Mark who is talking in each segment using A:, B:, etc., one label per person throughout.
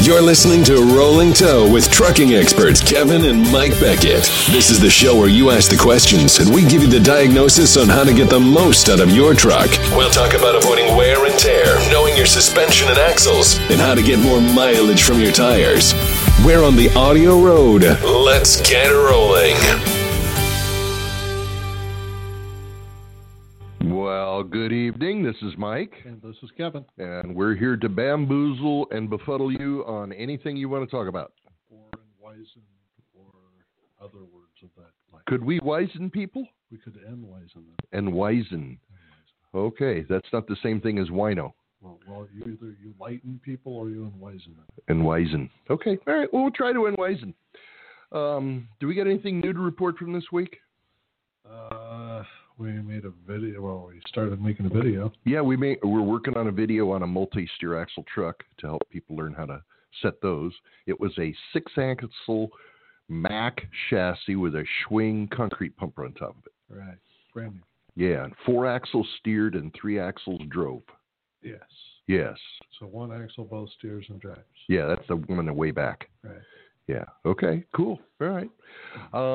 A: You're listening to Rolling Toe with trucking experts Kevin and Mike Beckett. This is the show where you ask the questions and we give you the diagnosis on how to get the most out of your truck. We'll talk about avoiding wear and tear, knowing your suspension and axles, and how to get more mileage from your tires. We're on the audio road. Let's get rolling.
B: Well, good evening. This is Mike,
C: And this is Kevin.
B: and we're here to bamboozle and befuddle you on anything you want to talk about.
C: Or and wizened, or other words of that like.
B: Could we wizen people?
C: We could end wizened.
B: And wizen. Okay, that's not the same thing as wino
C: Well, well, you either you lighten people or you enwisen them.
B: and wizen. Okay, all right, well, we'll try to unwizen. Um, do we got anything new to report from this week?
C: Uh, we made a video. Well, we started making a video.
B: Yeah, we may, we're working on a video on a multi-steer axle truck to help people learn how to set those. It was a six-axle Mack chassis with a Schwing concrete pumper on top of it.
C: Right. Brand new.
B: Yeah, and four axles steered and three axles drove.
C: Yes.
B: Yes,
C: So one axle, both steers and drives.
B: yeah, that's the one in the way back.
C: Right.
B: Yeah. Okay. Cool. All right.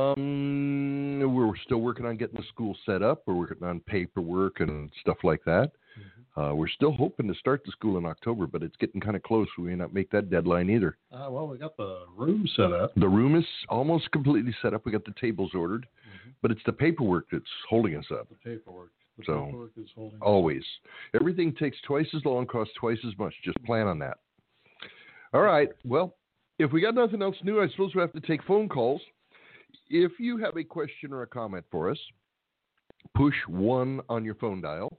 B: Um, we're still working on getting the school set up. We're working on paperwork and stuff like that.
C: Mm-hmm.
B: Uh, we're still hoping to start the school in October, but it's getting kind of close. We may not make that deadline either.
C: Uh, well, we got the room set up.
B: The room is almost completely set up. We got the tables ordered,
C: Mm-hmm.
B: but it's the paperwork that's holding us up.
C: The paperwork. The
B: So-
C: paperwork is holding.
B: Always. Everything takes twice as long, costs twice as much. Just plan on that. All right. Well, if we got nothing else new, I suppose we have to take phone calls. If you have a question or a comment for us, push one on your phone dial.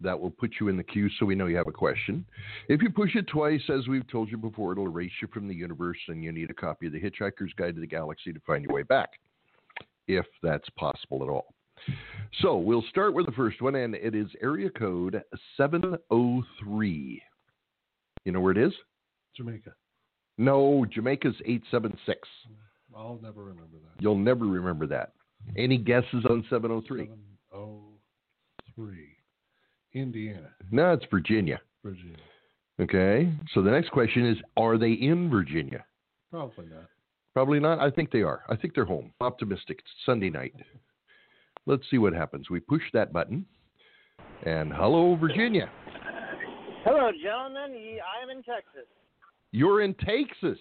B: That will put you in the queue so we know you have a question. If you push it twice, as we've told you before, it'll erase you from the universe and you need a copy of The Hitchhiker's Guide to the Galaxy to find your way back, if that's possible at all. So we'll start with the first one, and it is area code 703. You know where it is?
C: Jamaica.
B: No, Jamaica's 876.
C: I'll never remember that.
B: You'll never remember that. Any guesses on 703?
C: Seven oh three. Indiana,
B: No, it's Virginia.
C: Virginia.
B: Okay. So the next question is Are they in Virginia?
C: Probably not.
B: Probably not. I think they are. I think they're home. Optimistic. It's Sunday night. Let's see what happens. We push that button. And hello, Virginia.
D: Hello, gentlemen. Ye- I am in Texas.
B: You're in Texas.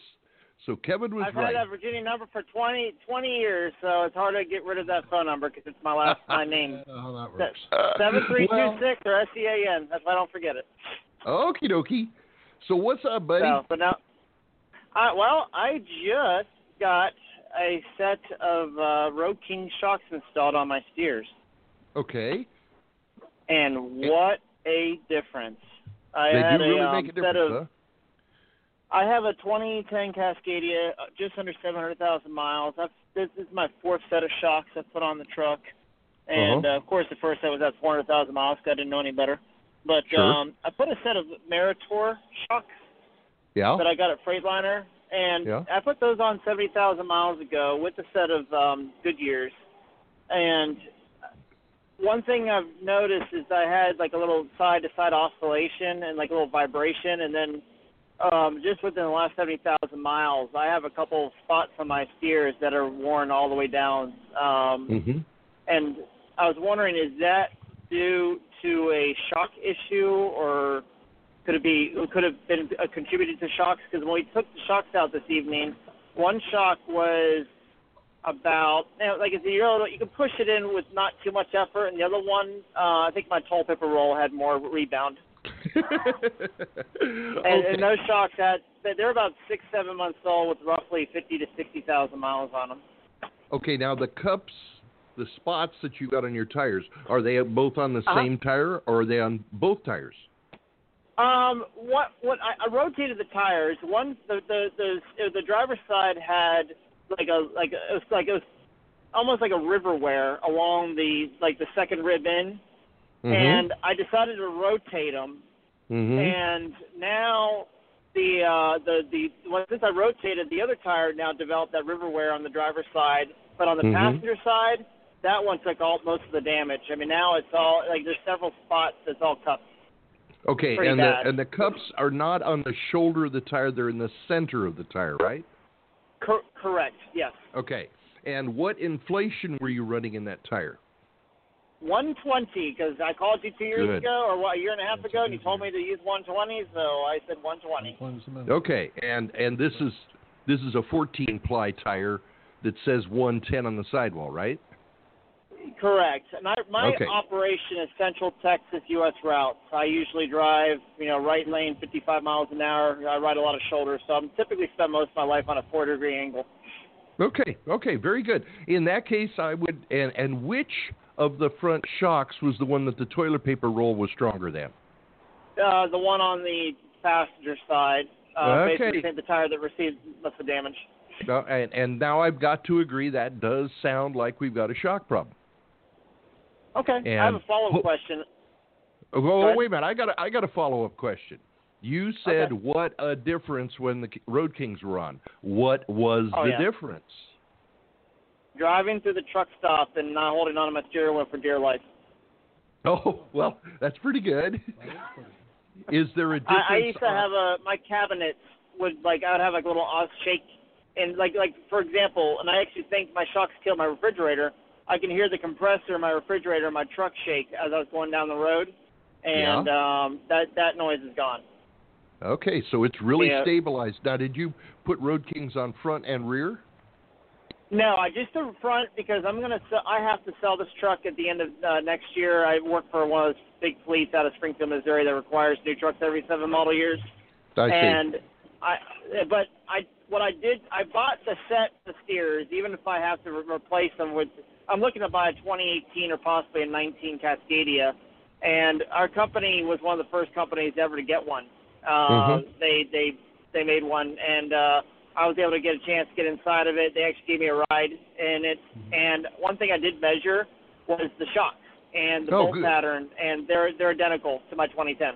B: So Kevin was
D: I've
B: right.
D: had that Virginia number for 20, 20 years, so it's hard to get rid of that phone number because it's my last my
C: I
D: name.
C: don't know how that works.
B: Uh,
D: Seven three two
B: Well-
D: six or S E A N. That's why I don't forget it.
B: Okie dokie. So what's up, buddy?
D: So, but now, uh, well, I just got a set of uh, Road King shocks installed on my steers,
B: Okay.
D: and what a difference! I
B: they
D: had
B: do
D: a,
B: really
D: um,
B: make a difference,
D: set of
B: huh?
D: I have a 2010 Cascadia, uh, just under 700,000 miles. I've, this is my fourth set of shocks I put on the truck, and uh
B: Uh-huh.
D: of course the first set was at 400,000 miles 'cause I didn't know any better. But
B: Sure.
D: um I put a set of Meritor shocks
B: Yeah.
D: that I got at Freightliner, and
B: Yeah.
D: I put those on 70,000 miles ago with a set of um Goodyears. And one thing I've noticed is I had like a little side to side oscillation and like a little vibration, and then um, just within the last 70,000 miles, I have a couple of spots on my steers that are worn all the way down. Um,
B: hmm
D: and I was wondering, is that due to a shock issue, or could it be could have been uh, contributed to shocks? Because when we took the shocks out this evening, one shock was about you know, like it's a year old. You can push it in with not too much effort, and the other one, uh, I think my tall pepper roll had more rebound. And, and those shocks had they- they're about six seven months old with roughly fifty to sixty thousand miles on them.
B: okay, now the cups, the spots that you got on your tires, are they both on the
D: Uh-huh.
B: same tire or are they on both tires?
D: Um, what what I, I rotated the tires. One the the the the driver's side had like a like a, it was like it was almost like a river wear along the like the second ribbon,
E: Mm-hmm.
B: Mhm.
D: and I decided to rotate them.
B: Mhm.
D: And now the uh the the well, since I rotated the other tire now developed that river wear on the driver's side, but on the
B: Mhm.
D: passenger side that one took all most of the damage. I mean now it's all like there's several spots that's all cut.
B: Okay,
D: Pretty
B: and
D: bad.
B: the and the cups are not on the shoulder of the tire; they're in the center of the tire, right?
D: Cor- correct. Yes.
B: Okay. And what inflation were you running in that tire?
D: 120 because I called you two years
B: Good.
D: ago or what, a year and a half
C: That's
D: ago, and you
C: amazing.
D: told me to use 120, so I said 120.
B: Okay, and and this is this is a 14 ply tire that says 110 on the sidewall, right?
D: Correct. And I, my
B: Okay.
D: operation is Central Texas U.S. routes. I usually drive, you know, right lane, 55 miles an hour. I ride a lot of shoulder, so I'm typically spend most of my life on a four degree angle.
B: Okay, okay, very good. In that case, I would and and which of the front shocks was the one that the toilet paper roll was stronger than?
D: Uh, the one on the passenger side, uh,
B: Okay.
D: basically the tire that received most of the damage.
B: No, and, and now I've got to agree that does sound like we've got a shock problem.
D: Okay. I have a
B: And-
D: follow
B: Wh-
D: up question.
B: Oh, whoa,
D: ahead.
B: wait a minute, I got a, I got a follow up question. You said
D: Okay.
B: what a difference when the K- Road Kings were on. What was
D: Oh,
B: the
D: yeah.
B: difference?
D: Driving through the truck stop and not holding on to my steering wheel for dear life.
B: Oh, well, that's pretty good. Is there a difference?
D: I, I used to
B: on-
D: have a my cabinets would like I would have like little off shake and like like for example, and I actually think my shocks killed my refrigerator. I can hear the compressor in my refrigerator in my truck shake as I was going down the road, and um, that that noise is gone.
B: Okay, so it's really
D: Yeah.
B: stabilized. Now, did you put Road Kings on front and rear?
D: No, I just the front because I'm gonna sell, I have to sell this truck at the end of uh, next year. I work for one of those big fleets out of Springfield, Missouri that requires new trucks every seven model years.
B: I see.
D: and I, but I, what I did, I bought the set of steers, even if I have to re- replace them with. I'm looking to buy a 2018 or possibly a 19 Cascadia, and our company was one of the first companies ever to get one. Uh,
F: Um,
B: Mhm.
D: They they they made one, and uh, I was able to get a chance to get inside of it. They actually gave me a ride in it,
B: Mm-hmm.
D: and one thing I did measure was the shocks and the
B: Oh,
D: bolt
B: good.
D: pattern, and they're they're identical to my 2010.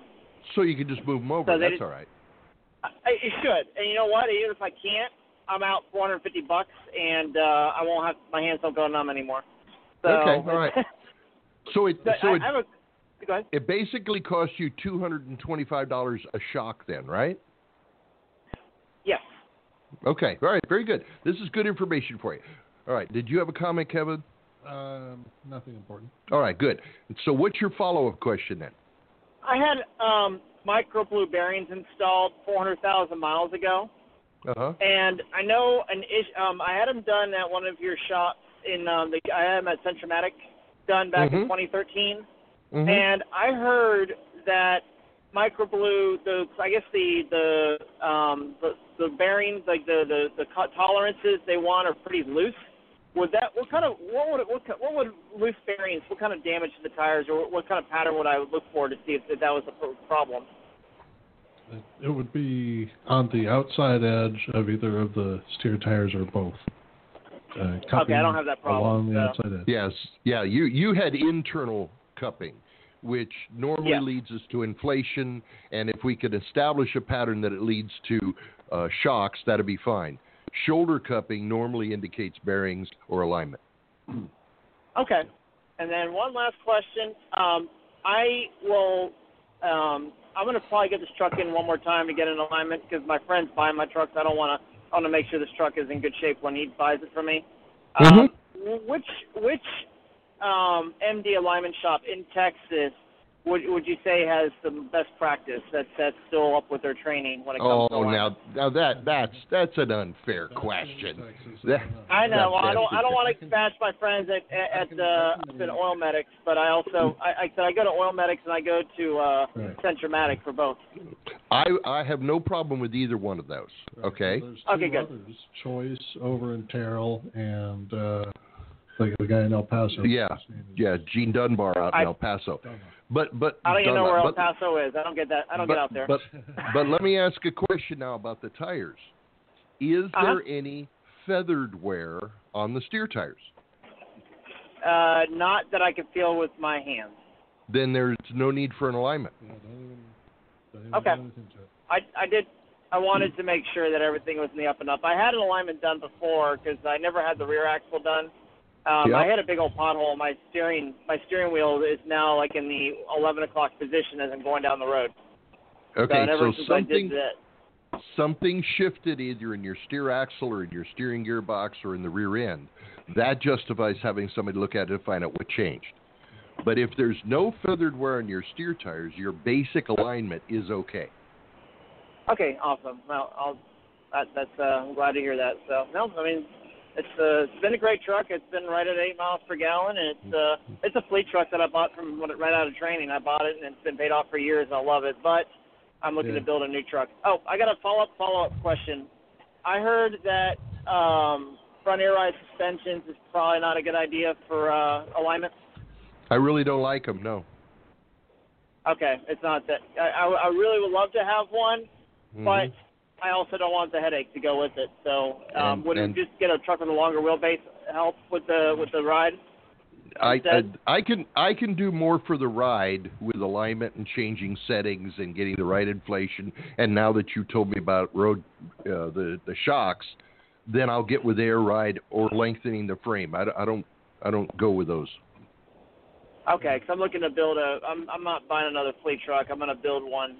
B: So you can just move them over.
D: So they
B: That's
D: did-
B: all right.
D: I, it should. And you know what? Even if I can't, I'm out 450 bucks, and uh, I won't have my hands don't go numb anymore. So,
B: Okay, all right. So it
D: but
B: so
D: I,
B: it,
D: I have a, go ahead.
B: it basically costs you two hundred and twenty five dollars a shock, then, right?
D: Yes.
B: Okay, all right, very good. This is good information for you. All right, did you have a comment, Kevin?
C: Um, nothing important.
B: All right, good. So what's your follow up question then?
D: I had um, micro blue bearings installed 400,000 miles ago,
B: Uh huh.
D: and I know an ish, um, I had them done at one of your shops in um, the I had them at Centromatic done back
B: Mhm.
D: in 2013.
B: Mm-hmm.
G: Mm-hmm.
D: And I heard that microblue, the I guess the the um the, the bearings, like the the the cut tolerances they want are pretty loose. Would that what kind of what would it, what ki- what would loose bearings? What kind of damage to the tires, or what kind of pattern would I look for to see if, if that was a pro- problem?
C: It, it would be on the outside edge of either of the steer tires or both. Uh, cupping
D: don't have that problem,
C: Along the
D: so-
C: outside edge.
B: Yes. Yeah. You you had internal cupping, which normally
D: Yeah.
B: leads us to inflation, and if we could establish a pattern that it leads to uh, shocks, that'd be fine. Shoulder cupping normally indicates bearings or alignment.
D: Okay. And then one last question. Um, I will. Um, I'm gonna probably get this truck in one more time to get an alignment because my friend's buying my trucks. I don't wanna. I wanna make sure this truck is in good shape when he buys it from me. Um, wh- which which um, MD alignment shop in Texas would would you say has the best practice that's that's still up with their training when it comes
B: Oh,
D: to alignment?
B: now now that that's that's an unfair
C: That's in
B: question.
C: Texas,
B: That-
C: I don't know.
D: I know. Well, I don't.
B: Fantastic.
D: I don't want to bash my friends at
C: I
D: at,
C: can-
D: at uh,
C: I can
D: up in
C: do
D: Oil Medics, but I also I, I said I go to Oil Medics and I go to uh,
C: Right.
D: Centromatic for both.
B: I I have no problem with either one of those.
C: Right,
B: Okay.
C: so there's
D: Okay,
C: two
D: good.
C: Others, Choice over in Terrell and uh, like the guy in El Paso.
B: Yeah.
C: His name is-
B: Yeah, Gene Dunbar out
D: I-
B: in El Paso,
C: Dunlop.
B: but but
D: I don't even know
B: Dunlop,
D: where El
B: but-
D: Paso is. I don't get that. I don't
B: but,
D: get out there.
B: But, but let me ask a question now about the tires. Is
D: Uh-huh.
B: there any feathered wear on the steer tires?
D: uh, not that I can feel with my hands.
B: Then there's no need for an alignment.
C: Yeah, don't even, don't even
D: Okay.
C: do anything to it.
D: I I did. I wanted to make sure that everything was in the up and up. I had an alignment done before because I never had the rear axle done. Um,
B: Yeah.
D: I had a big old pothole. My steering my steering wheel is now like in the eleven o'clock position as I'm going down the road. so
B: Okay, so
D: ever since I did
B: something
D: that,
B: something shifted either in your steer axle or in your steering gearbox or in the rear end. That justifies having somebody look at it and find out what changed. But if there's no feathered wear on your steer tires, your basic alignment is okay.
D: Okay, awesome. Well, I'll, that, that's uh, I'm glad to hear that. So no, I mean, it's uh, it's been a great truck. It's been right at eight miles per gallon, and it's uh, it's a fleet truck that I bought from when it right out of training. I bought it, and it's been paid off for years. I love it, but I'm looking
C: Yeah.
D: to build a new truck. Oh, I got a follow up follow up question. I heard that um, front air ride suspensions is probably not a good idea for uh, alignment.
B: I really don't like them. No.
D: Okay, it's not that. I, I, I really would love to have one.
B: Mhm.
D: but I also don't want the headache to go with it. So um,
B: And-
D: would
B: and-
D: it just get a truck with a longer wheelbase help with the with the ride?
B: I, uh,
D: Instead-
B: I I can I can do more for the ride with alignment and changing settings and getting the right inflation. And now that you told me about road uh, the the shocks, then I'll get with air ride or lengthening the frame. I, don't- I don't I don't go with those.
D: Okay, because I'm looking to build a. I'm I'm not buying another fleet truck. I'm going to build one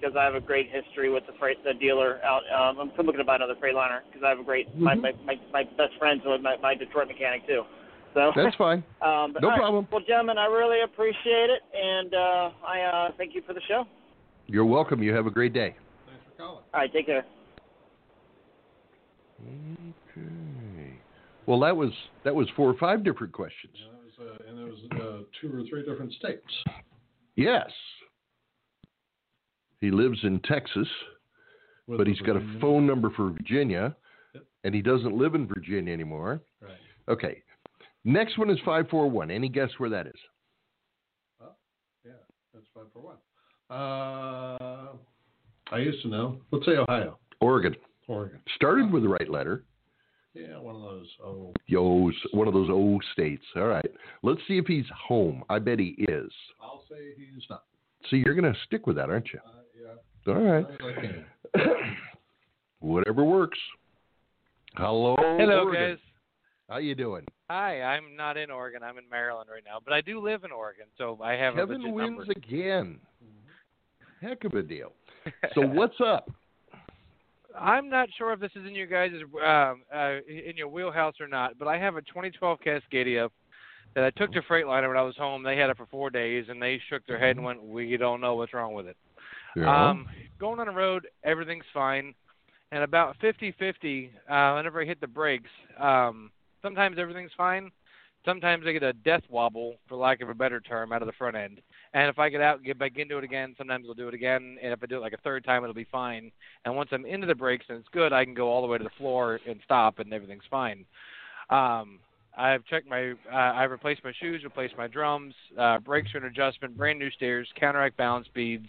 D: because I have a great history with the freight the dealer out. Um, I'm looking to buy another Freightliner because I have a great my, my
B: Mm-hmm.
D: my my best friends with my my Detroit mechanic too. So
B: That's fine.
D: um, but
B: no
D: all right.
B: problem.
D: Well, gentlemen, I really appreciate it, and uh, I uh, thank you for the show.
B: You're welcome. You have a great day.
C: Thanks for calling.
D: All right, take care.
B: Okay. Well, that was that was four or five different questions.
C: Yeah, that was, uh, and it was uh, two or three different states.
B: Yes. He lives in Texas.
C: with
B: but
C: the
B: he's got a
C: Virginia.
B: phone number for Virginia,
C: Yep.
B: and he doesn't live in Virginia anymore.
C: Right.
B: Okay. Next one is 541. Any guess where that is?
C: That's five for one. Uh, I used to know. Let's say Ohio,
B: Oregon.
C: Oregon.
B: Started with the right letter.
C: Yeah, one of those. Oh,
B: Yo, one of those old states. All right. Let's see if he's home. I bet he is.
C: I'll say he's not.
B: See, you're going to stick with that, aren't you?
C: Uh, yeah,
B: All right.
C: I can.
B: Whatever works. Hello.
H: Hello,
B: Oregon.
H: guys.
B: How you doing?
H: Hi, I'm not in Oregon. I'm in Maryland right now, but I do live in Oregon, so I have a
B: Kevin
H: legit
B: wins
H: number.
B: again.
C: Mm-hmm.
B: Heck of a deal. So what's up?
H: I'm not sure if this is in your guys' um, uh, in your wheelhouse or not, but I have a 2012 Cascadia that I took to Freightliner when I was home. They had it for four days, and they shook their head and went, "We don't know what's wrong with it." Um, going on the road, everything's fine. And about 50-50, uh, whenever I hit the brakes, um, sometimes everything's fine. Sometimes I get a death wobble, for lack of a better term, out of the front end. And if I get out, and get back into it again, sometimes I'll do it again. And if I do it like a third time, it'll be fine. And once I'm into the brakes and it's good, I can go all the way to the floor and stop, and everything's fine. Um, I've checked my, uh, I've replaced my shoes, replaced my drums, uh, brakes are an adjustment, brand new steers, counteract balance beads,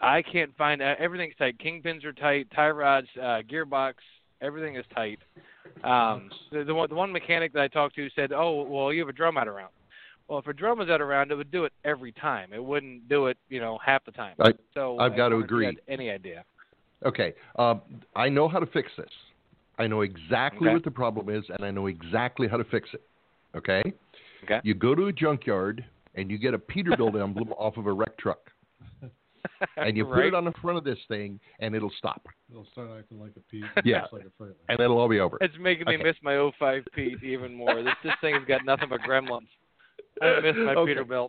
H: I can't find uh, everything's tight. Kingpins are tight. Tie rods, uh, gearbox, everything is tight. Um, the, the one the one mechanic that I talked to said, "Oh, well, you have a drum out around." Well, if a drum was out around, it would do it every time. It wouldn't do it, you know, half the time.
B: I-
H: so
B: I've
H: I
B: got to
H: wonder if you
B: agree.
H: had Any idea?
B: Okay. Um, I know how to fix this. I know exactly
H: Okay.
B: what the problem is, and I know exactly how to fix it. Okay?
H: Okay.
B: You go to a junkyard and you get a Peterbilt emblem off of a wreck truck, and you put
H: Right?
B: it on the front of this thing, and it'll stop,
C: It'll start acting like a Pete.
B: Yeah.
C: just like a Freightliner.
B: and it'll all be over.
H: It's making
B: Okay.
H: me miss my 05 Pete even more. this this thing's got nothing but gremlins. I miss my
B: Okay.
H: Peterbilt.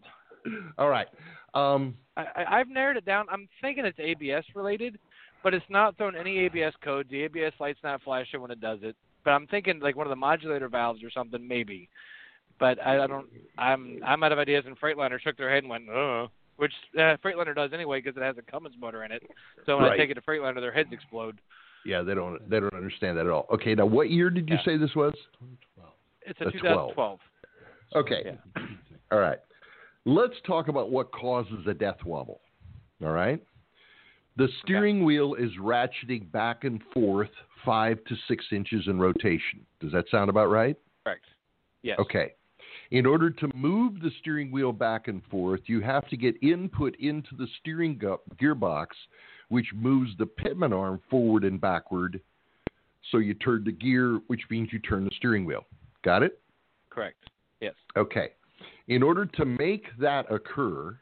B: All right. Um,
H: I, I- I've narrowed it down. I'm thinking it's ABS related, but it's not throwing any ABS code. The ABS light's not flashing when it does it. But I'm thinking like one of the modulator valves or something maybe. But I, I don't. I'm I'm out of ideas. And Freightliner shook their head and went, "Uh," which uh, Freightliner does anyway because it has a Cummins motor in it. So when I
B: Right.
H: take it to Freightliner, their heads explode.
B: yeah, they don't they don't understand that at all. Okay. Now, what year did you
H: Yeah.
B: say this was?
C: 2012.
H: It's a
B: The 12.
H: 2012.
B: Okay. All right. Let's talk about what causes a death wobble. All right. The steering wheel is ratcheting back and forth five to six inches in rotation. Does that sound about right?
H: Correct. Yes.
B: Okay. In order to move the steering wheel back and forth, you have to get input into the steering gu- gearbox, which moves the pitman arm forward and backward. So you turn the gear, which means you turn the steering wheel. Got it?
H: Correct. Yes.
B: Okay. In order to make that occur,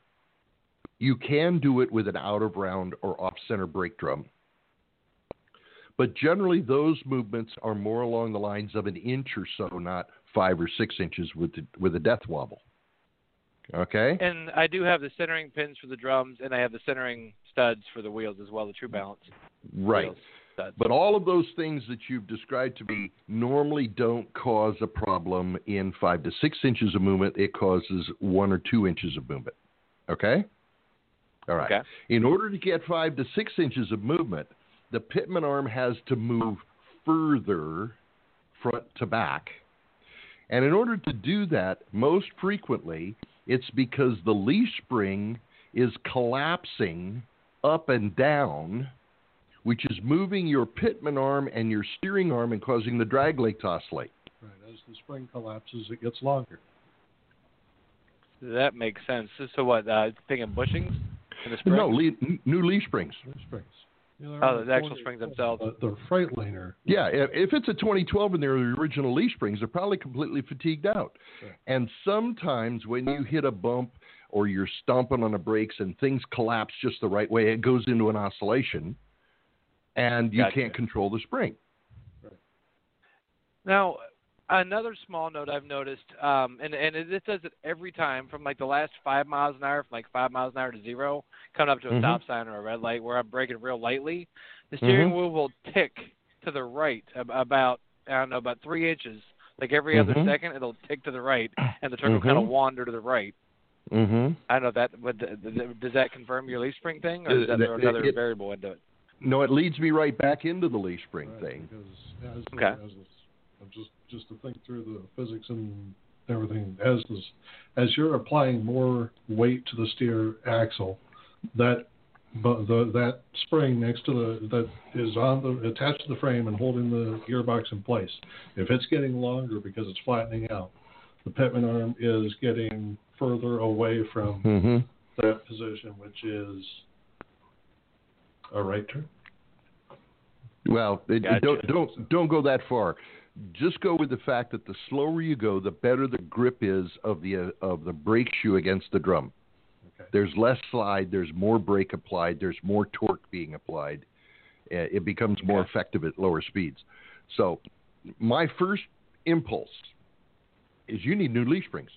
B: you can do it with an out of round or off center brake drum. But generally, those movements are more along the lines of an inch or so, not five or six inches with the, with a death wobble. Okay?
H: And I do have the centering pins for the drums, and I have the centering studs for the wheels as well, the True Balance.
B: Right.
H: wheels studs.
B: But all of those things that you've described to me normally don't cause a problem in five to six inches of movement. It causes one or two inches of movement. Okay? All right.
H: Okay.
B: In order to get five to six inches of movement, the pitman arm has to move further front to back. And in order to do that, most frequently, it's because the leaf spring is collapsing up and down which is moving your pitman arm and your steering arm and causing the drag leg to oscillate.
C: Right. As the spring collapses, it gets longer.
H: That makes sense. So what? Uh, picking bushings in the spring?
B: No, le- n- new leaf springs.
C: The springs. You know,
H: Oh, the
C: they're
H: actual
C: only-
H: springs themselves.
C: The, the Freightliner.
B: Yeah, i- if it's a 2012 and they're the original leaf springs, they're probably completely fatigued out.
C: Sure.
B: And sometimes when you hit a bump or you're stomping on the brakes and things collapse just the right way, it goes into an oscillation and you
H: Gotcha.
B: can't control the spring.
H: Now, another small note I've noticed, um, and and it, this does it every time from like the last five miles an hour, from like five miles an hour to zero, coming up to a
B: Mhm.
H: stop sign or a red light where I'm braking real lightly, the steering
B: Mhm.
H: wheel will tick to the right ab- about I don't know about three inches. Like every other
B: Mhm.
H: second, it'll tick to the right, and the truck will kind
B: Mhm.
H: of wander to the right.
B: Mm-hmm.
H: I don't know if that would th- th- does that confirm your leaf spring thing, or is
B: Uh,
H: that there
B: it-
H: another
B: it-
H: variable into it?
B: No, it leads me right back into the leaf spring
C: Right,
B: thing.
C: Because as,
H: Okay.
C: as this, I'm just just to think through the physics and everything, as this, as you're applying more weight to the steer axle, that but the that spring next to the that is on the attached to the frame and holding the gearbox in place. If it's getting longer because it's flattening out, the pitman arm is getting further away from
B: Mm-hmm.
C: that position, which is a right turn.
B: Well, it,
H: Gotcha.
B: don't don't don't go that far. Just go with the fact that the slower you go, the better the grip is of the uh, of the brake shoe against the drum.
C: Okay.
B: There's less slide. There's more brake applied. There's more torque being applied. Uh, It becomes more
H: Okay.
B: effective at lower speeds. So, my first impulse is you need new leaf springs.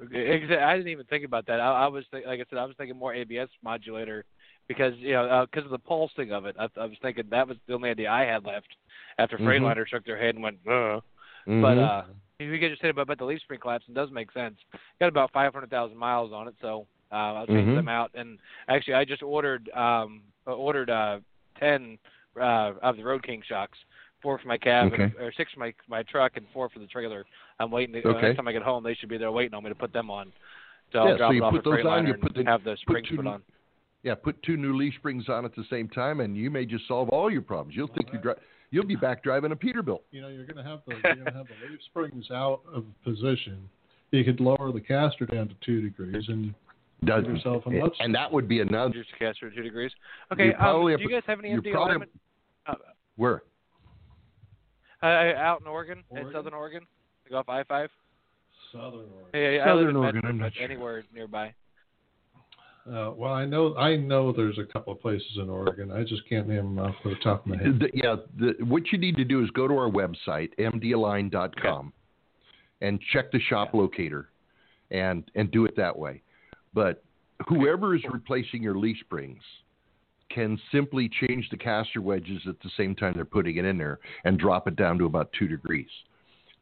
H: Exactly. I didn't even think about that. I, I was th- like I said, I was thinking more ABS modulator because you know because of the pulsing of it. I, I was thinking that was the only idea I had left after
B: Mhm.
H: Freightliner shook their head and went, "Uh."
B: Mm-hmm.
H: but uh, if you could just say about, about the leaf spring collapse, it does make sense. Got about five hundred thousand miles on it, so uh, I'll change
B: Mhm.
H: them out. And actually, I just ordered um uh, ordered uh ten uh of the Road King shocks, four for my cab,
B: Okay.
H: and, or six for my my truck, and four for the trailer. I'm waiting. To, uh,
B: Okay.
H: next time I get home, they should be there waiting on me to put them on.
B: Yeah,
H: So
B: so
H: I'll drop
B: you
H: it off
B: put
H: at
B: those on,
H: Freightliner
B: you put the-
H: and have the springs
B: two-
H: put on.
B: yeah, put two new leaf springs on at the same time, and you may just solve all your problems. You'll think you dri- you'll be back driving a Peterbilt.
C: you know, you're going to have the you're going to have the leaf springs out of position. You could lower the caster down to two degrees, and
B: Does
C: yourself a
B: and,
C: much-
B: that would be another
H: Just caster two degrees. Okay. Um,
B: probably
H: do
B: have-
H: you guys have any
B: you're
H: empty
B: probably-
H: alignment uh,
B: where
H: uh, out in Oregon, in
C: Oregon?
H: Southern Oregon? Like off I five.
C: southern Oregon.
H: Yeah, yeah, I live
B: Southern
H: in
B: Oregon,
H: Medford,
B: I'm not
H: but
B: sure.
H: anywhere nearby.
C: Uh, well, I know I know there's a couple of places in Oregon. I just can't name them off the top of my head.
B: The- yeah, the, what you need to do is go to our website mdalign.com and check the shop locator and and do it that way. But whoever is replacing your leaf springs can simply change the caster wedges at the same time they're putting it in there and drop it down to about two degrees.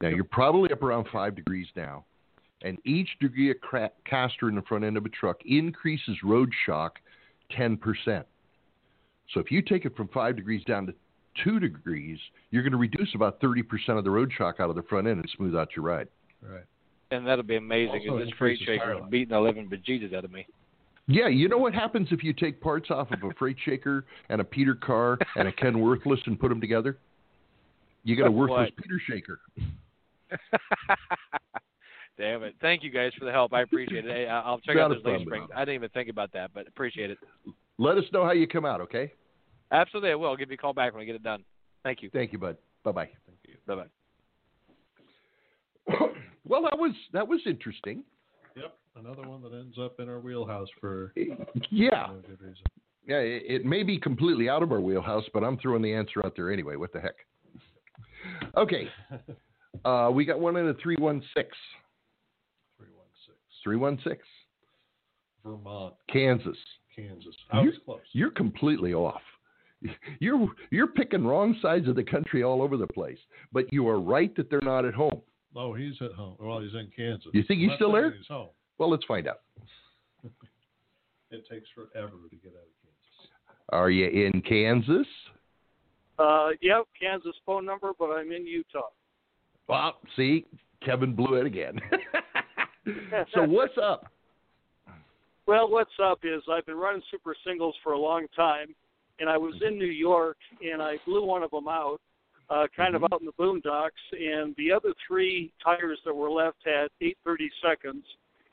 B: Now you're probably up around five degrees now, and each degree of cra- caster in the front end of a truck increases road shock ten percent. So if you take it from five degrees down to two degrees, you're going to reduce about 30% of the road shock out of the front end and smooth out your ride.
C: Right.
H: And that'll be amazing.
C: Also
H: 'cause this freight
C: increases
H: shaker
C: tire
H: is
C: life.
H: beating the living bejesus out of me.
B: Yeah, you know what happens if you take parts off of a freight shaker and a Peter Carr and a Ken Worthless and put them together? You got a
H: What?
B: worthless Peter shaker.
H: Damn it! Thank you guys for the help. I appreciate it. Hey, I- I'll check
B: Not
H: out
B: a
H: those leaf
B: problem.
H: springs. I didn't even think about that, but appreciate it.
B: Let us know how you come out, okay?
H: Absolutely, I will. I'll give you a call back when I get it done. Thank you.
B: Thank you, bud. Bye bye.
H: Bye bye.
B: well, that was that was interesting.
C: Yep, another one that ends up in our wheelhouse for
B: Eh, Yeah,
C: no good reason.
B: yeah. It, it may be completely out of our wheelhouse, but I'm throwing the answer out there anyway. What the heck? Okay, uh, we got one in a three one six.
C: 316.
B: Three one six.
C: Vermont,
B: Kansas.
C: Kansas. I was
B: You-
C: close.
B: You're completely off. You're you're picking wrong sides of the country all over the place. But you are right that they're not at home.
C: Oh, he's at home. Well, he's in Kansas.
B: You think he's
C: Not
B: still
C: saying
B: there?
C: He's home.
B: Well, let's find out.
C: It takes forever to get out of Kansas.
B: Are you in Kansas?
I: Uh, yep, Kansas phone number, but I'm in Utah.
B: Well, see, Kevin blew it again. so what's up?
I: Well, what's up is I've been running super singles for a long time, and I was in New York and I blew one of them out, uh, kind
B: Mm-hmm.
I: of out in the boondocks, and the other three tires that were left had 830 seconds,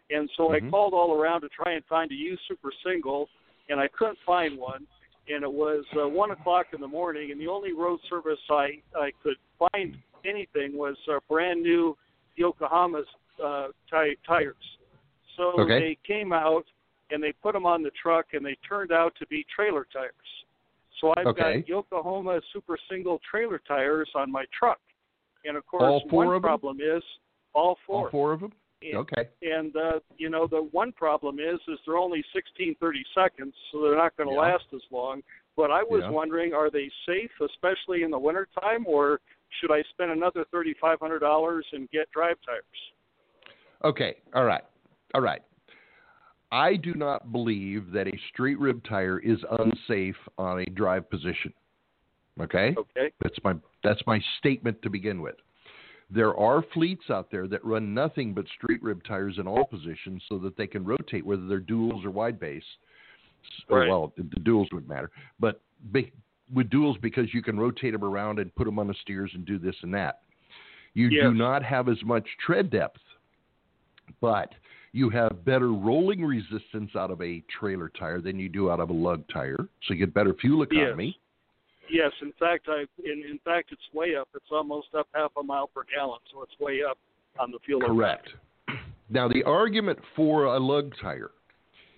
I: and so
B: Mhm.
I: I called all around to try and find a used super single, and I couldn't find one, and it was uh, one o'clock in the morning, and the only road service I I could find anything was uh, brand new Yokohama's uh, ti tires. So
B: Okay.
I: they came out and they put them on the truck and they turned out to be trailer tires. So I've
B: Okay.
I: got Yokohama Super Single trailer tires on my truck. And of course,
B: All four
I: one
B: of 'em?
I: problem is all four.
B: All four of them?
I: Yeah.
B: Okay.
I: And uh, you know, the one problem is is they're only 16 30 seconds, so they're not going to
B: Yeah.
I: last as long. But I was
B: Yeah.
I: wondering, are they safe, especially in the wintertime, or should I spend another $3,500 and get drive tires?
B: Okay. All right. All right. I do not believe that a straight rib tire is unsafe on a drive position. Okay?
I: Okay.
B: That's my that's my statement to begin with. There are fleets out there that run nothing but straight rib tires in all positions so that they can rotate whether they're duals or wide base. S-
I: Right.
B: Oh, Well, the the duals would matter, but be, with duals because you can rotate them around and put them on the steers and do this and that. You do
I: Yes.
B: not have as much tread depth, but you have better rolling resistance out of a trailer tire than you do out of a lug tire, so you get better fuel
I: Yes.
B: economy.
I: Yes, in fact, I in in fact it's way up. It's almost up half a mile per gallon, so it's way up on the fuel. effect.
B: Correct. Now, the argument for a lug tire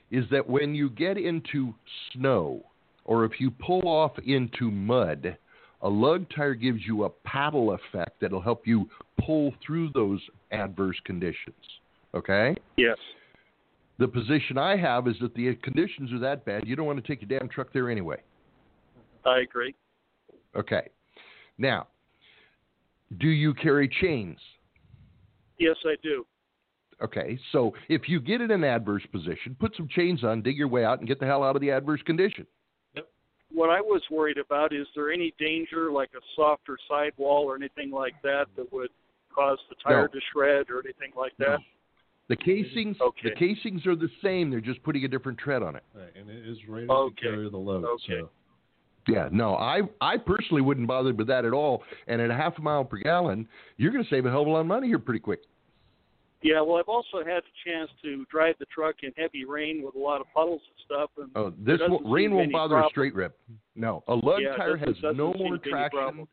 B: is that when you get into snow or if you pull off into mud, a lug tire gives you a paddle effect that'll help you pull through those adverse conditions. Okay?
I: Yes.
B: The position I have is that the conditions are that bad, you don't want to take your damn truck there anyway.
I: I agree.
B: Okay. Now, do you carry chains?
I: Yes, I do.
B: Okay, so if you get in an adverse position, put some chains on, dig your way out, and get the hell out of the adverse condition.
I: What I was worried about is there any danger like a softer sidewall or anything like that that would cause the tire
B: No.
I: to shred or anything like that?
B: The casings,
I: Okay.
B: the casings are the same. They're just putting a different tread on it.
C: Right, and it is rated
I: Okay.
C: to carry the load.
I: Okay.
C: So
B: Yeah, no, I I personally wouldn't bother with that at all. And at a half a mile per gallon, you're going to save a hell of a lot of money here pretty quick.
I: Yeah. Well, I've also had the chance to drive the truck in heavy rain with a lot of puddles and stuff, and
B: Oh, this
I: doesn't
B: won't, rain
I: seem
B: won't
I: any
B: bother a
I: problem.
B: straight rib. No, a lug
I: Yeah, it
B: tire has
I: doesn't-
B: no
I: doesn't
B: more
I: seem to be any
B: traction.
I: problem.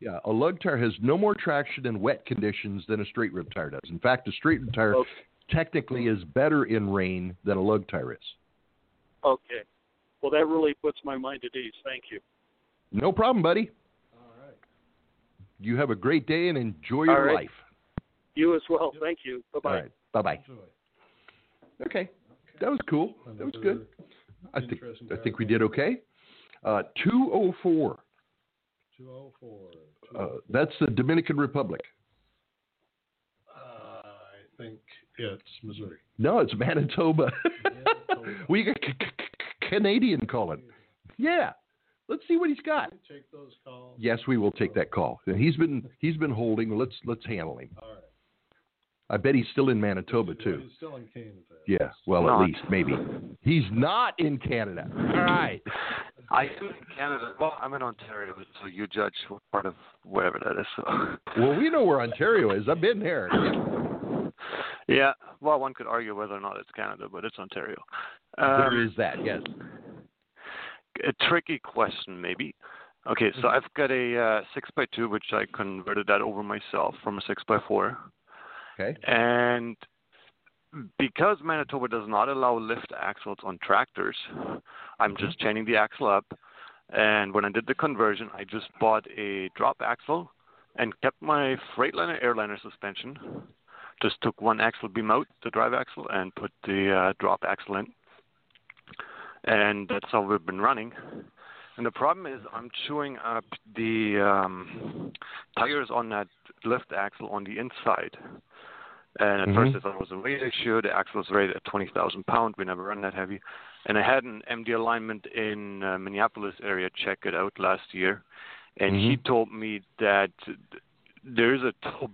B: Yeah, a lug tire has no more traction in wet conditions than a straight rib tire does. In fact, a straight rib tire
I: Okay.
B: technically is better in rain than a lug tire is.
I: okay. Well, that really puts my mind at ease. Thank you.
B: No problem, buddy.
C: all right.
B: You have a great day and enjoy your
I: All right.
B: life.
I: You as well. Thank you. Bye bye.
B: All right. Bye bye.
C: Enjoy.
B: Okay. That was cool. That was good. I think
C: interesting
B: I think
C: paragraph.
B: we did okay. Uh, 204.
C: Two oh four.
B: Uh, that's the Dominican Republic.
C: Uh, I think it's Missouri.
B: No, it's Manitoba.
C: Manitoba.
B: we got c- c- c- Canadian calling. Yeah. Let's see what he's got.
C: Can we take those calls.
B: Yes, we will take that call. He's been he's been holding. Let's let's handle him.
C: All right.
B: I bet he's still in Manitoba too.
C: He's still in Canada.
B: Yeah, well,
J: Not.
B: at least maybe he's not in Canada. All right.
J: I am in Canada. Well, I'm in Ontario, so you judge what part of wherever that is. So.
B: Well, we know where Ontario is. I've been there.
J: Yeah. Well, one could argue whether or not it's Canada, but it's Ontario. Um,
B: There is that. Yes.
J: a tricky question, maybe.
B: Mm-hmm.
J: Okay, so I've got a uh, six by two, which I converted that over myself from a six by four.
B: Okay.
J: And because Manitoba does not allow lift axles on tractors, I'm
B: Mm-hmm.
J: just chaining the axle up. And when I did the conversion, I just bought a drop axle and kept my Freightliner airliner suspension. Just took one axle beam out, the drive axle, and put the uh, drop axle in. And that's how we've been running. And the problem is, I'm chewing up the um, tires on that left axle on the inside. And at
B: Mhm.
J: first, I thought it was a weight issue. The axle was rated at 20,000 pound. We never run that heavy. And I had an MD alignment in uh, Minneapolis area check it out last year, and he told me that th- there's a toe,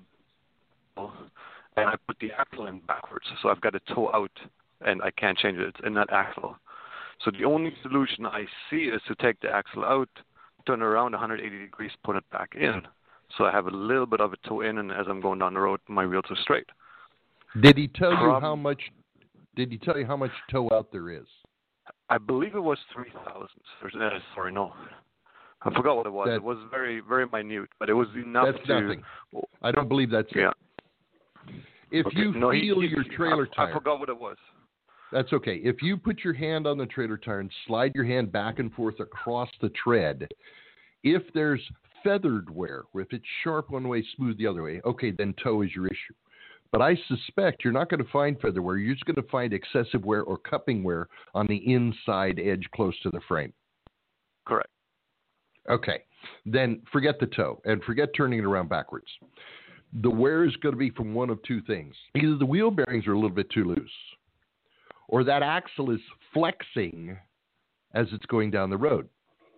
J: ball, and I put the axle in backwards, so I've got a toe out, and I can't change it. It's in that axle. So the only solution I see is to take the axle out, turn around 180 degrees, put it back in. So I have a little bit of a toe in, and as I'm going down the road, my wheels are straight.
B: Did he tell you
J: Prob-
B: how much? Did he tell you how much toe out there is?
J: I believe it was three thousand. Uh, sorry, no, I forgot what it was.
B: That-
J: it was very, very minute, but it was enough
B: That's
J: to.
B: nothing. I don't believe that's
J: Yeah.
B: it. If
J: okay.
B: you
J: no, he-
B: feel
J: he-
B: your trailer
J: I, I
B: tire,
J: forgot what it was.
B: that's okay. If you put your hand on the trailer tire and slide your hand back and forth across the tread, if there's feathered wear, if it's sharp one way, smooth the other way, okay, then toe is your issue. But I suspect you're not going to find feather wear. You're just going to find excessive wear or cupping wear on the inside edge close to the frame.
J: Correct.
B: Okay. Then forget the toe and forget turning it around backwards. The wear is going to be from one of two things. Either the wheel bearings are a little bit too loose, or that axle is flexing as it's going down the road.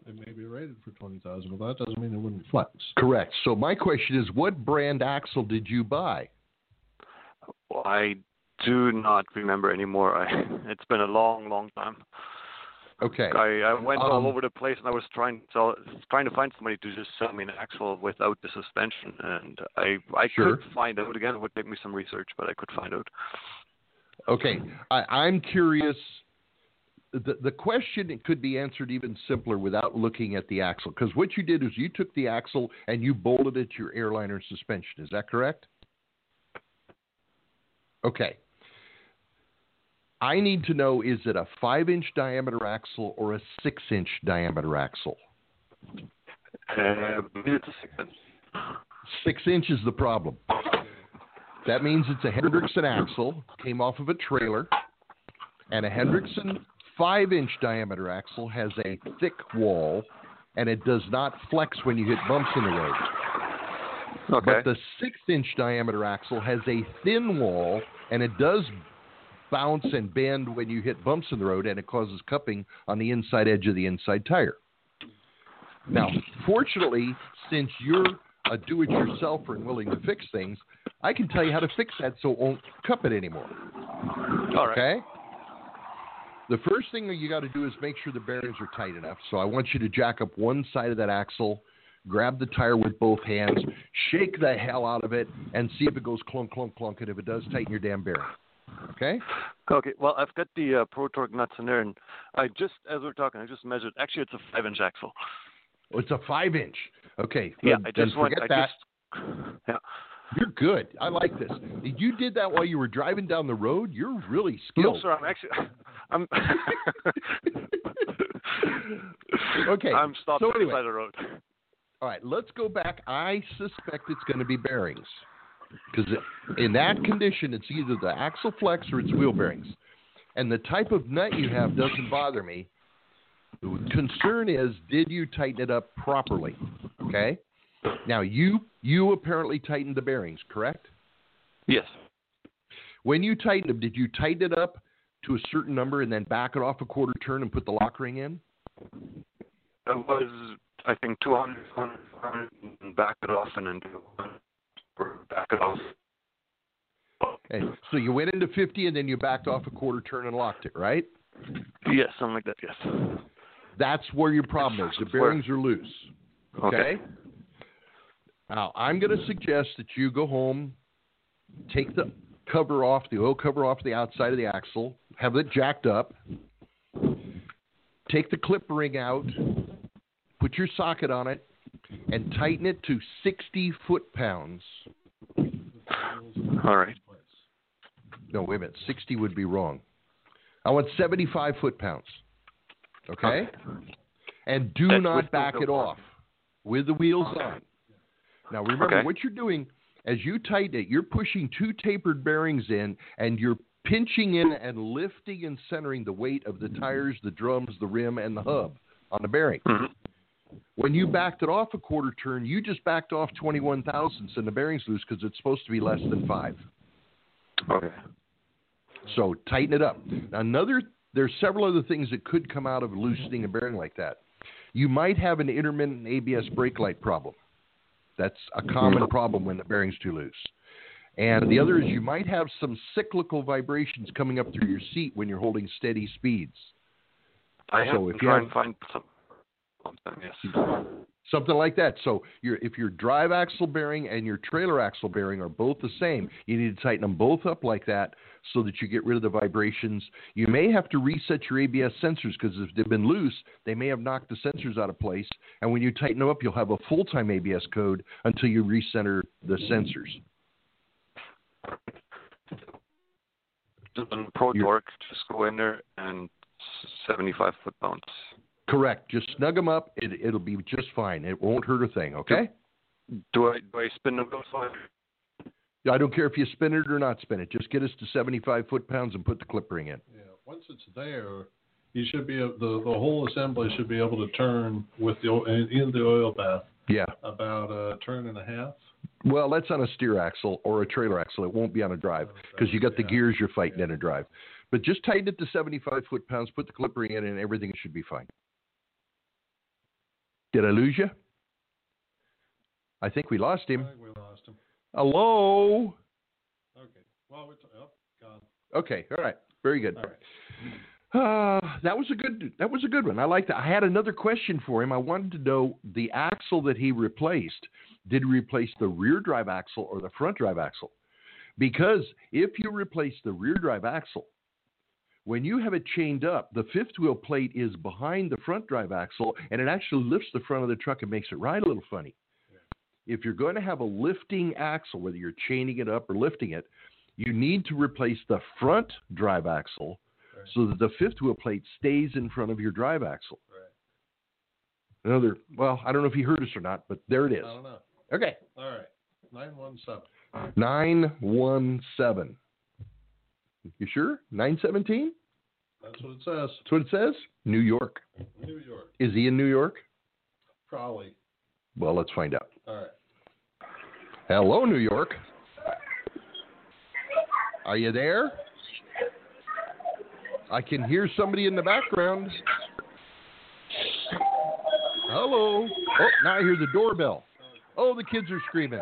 C: It may be rated for 20,000, but that doesn't mean it wouldn't flex.
B: Correct. So, my question is what brand axle did you buy?
J: Well, I do not remember anymore. I, it's been a long, long time.
B: Okay.
J: I, I went all
B: Um,
J: over the place and I was trying to sell, trying to find somebody to just sell me an axle without the suspension, and I I
B: Sure.
J: could find out again. It would take me some research, but I could find out.
B: Okay, I, I'm curious. The, the question could be answered even simpler without looking at the axle, because what you did is you took the axle and you bolted it to your airliner suspension. Is that correct? Okay. I need to know is it a five inch diameter axle or a six inch diameter axle?
J: Uh, it's a second.
B: Six inch is the problem. That means it's a Hendrickson axle, came off of a trailer, and a Hendrickson five inch diameter axle has a thick wall and it does not flex when you hit bumps in the road.
J: Okay.
B: But the six inch diameter axle has a thin wall and it does bounce and bend when you hit bumps in the road and it causes cupping on the inside edge of the inside tire. Now, fortunately, since you're a do it yourselfer and willing to fix things, I can tell you how to fix that so it won't cup it anymore.
J: all right.
B: Okay? The first thing that you got to do is make sure the bearings are tight enough. So I want you to jack up one side of that axle, grab the tire with both hands, shake the hell out of it, and see if it goes clunk, clunk, clunk. And if it does, tighten your damn bearing. Okay?
J: Okay, well, I've got the uh, Pro Torque nuts in there, and I just, as we're talking, I just measured. Actually, it's a five-inch axle.
B: Oh, it's a five inch. Okay.
J: Yeah,
B: then,
J: I
B: then
J: just went.
B: forget
J: I
B: that.
J: just, yeah,
B: You're good. I like this. You did that while you were driving down the road. You're really
J: no,
B: skilled.
J: sir, I'm actually, I'm.
B: Okay,
J: I'm stopped
B: so
J: on the
B: anyway.
J: side of the road.
B: All right, let's go back. I suspect it's going to be bearings because in that condition, it's either the axle flex or it's wheel bearings. And the type of nut you have doesn't bother me. The concern is, did you tighten it up properly? Okay. Now you you apparently tightened the bearings, correct?
J: Yes.
B: When you tightened them, did you tighten it up to a certain number and then back it off a quarter turn and put the lock ring in?
J: It was, I think, 200, 100, 100, and back it off, and then do one, or back it off.
B: Okay. So you went into 50 and then you backed off a quarter turn and locked it, right?
J: Yes, something like that. Yes.
B: That's where your problem is. The
J: Where-
B: bearings are loose. Okay. Now I'm going to suggest that you go home, take the cover off, the oil cover off the outside of the axle, have it jacked up, take the clip ring out, put your socket on it, and tighten it to 60 foot pounds.
J: All right.
B: No, wait a minute. 60 would be wrong. I want 75 foot pounds. Okay? And do
J: That's with
B: not
J: the
B: back
J: wheels
B: it
J: on.
B: off with the wheels
J: Okay.
B: on. Now, remember
J: Okay.
B: what you're doing as you tighten it, you're pushing two tapered bearings in and you're pinching in and lifting and centering the weight of the tires, the drums, the rim, and the hub on the bearing.
J: Mhm.
B: When you backed it off a quarter turn, you just backed off 21 thousandths and the bearing's loose because it's supposed to be less than five.
J: Okay.
B: So tighten it up. Another, there's several other things that could come out of loosening a bearing like that. You might have an intermittent ABS brake light problem. That's a common problem when the bearing's too loose. And the other is you might have some cyclical vibrations coming up through your seat when you're holding steady speeds.
J: I
B: So
J: have
B: if
J: to
B: you
J: try
B: have-
J: and find some. something, Yes.
B: Something like that. So your if your drive axle bearing and your trailer axle bearing are both the same, you need to tighten them both up like that so that you get rid of the vibrations. You may have to reset your ABS sensors because if they've been loose, they may have knocked the sensors out of place. And when you tighten them up, you'll have a full time ABS code until you recenter the sensors.
J: Just on Pro
B: You're-
J: Torque, just go in there and 75 foot pounds.
B: Correct. Just snug them up. It, it'll be just fine. It won't hurt a thing. Okay.
J: Do I do I spin the wheels on?
B: I don't care if you spin it or not spin it. Just get us to 75 foot pounds and put the clip ring in.
C: Yeah, once it's there, you should be the the whole assembly should be able to turn with the oil- in in the oil bath
B: Yeah.
C: about a turn and a half.
B: Well, that's on a steer axle or a trailer axle. It won't be on a drive because you got the
C: Oh, Yeah.
B: gears you're fighting in a drive. But just tighten it to 75 foot pounds, put the clipper in, and everything should be fine. Did I lose you? I think we lost
C: I
B: him.
C: think we lost him.
B: Hello.
C: Okay. Well, we're t- oh, gone.
B: Okay. All right. Very good.
C: All right.
B: Uh, that was a good. That was a good one. I like that. I had another question for him. I wanted to know the axle that he replaced. Did he replace the rear drive axle or the front drive axle? Because if you replace the rear drive axle, when you have it chained up, the fifth wheel plate is behind the front drive axle, and it actually lifts the front of the truck and makes it ride a little funny. If you're going to have a lifting axle, whether you're chaining it up or lifting it, you need to replace the front drive axle so that the fifth wheel plate stays in front of your drive axle. Another, well, I don't know if he heard us or not, but there it is.
C: I don't know.
B: Okay.
C: All right. Nine one seven.
B: 917. You sure? 917?
C: That's what it says.
B: That's what it says? New York.
C: New York,
B: Is he in New York?
C: probably.
B: Well, let's find out.
C: All right.
B: Hello, New York. Are you there? I can hear somebody in the background. Hello. Oh, now I hear the doorbell. Oh, the kids are screaming.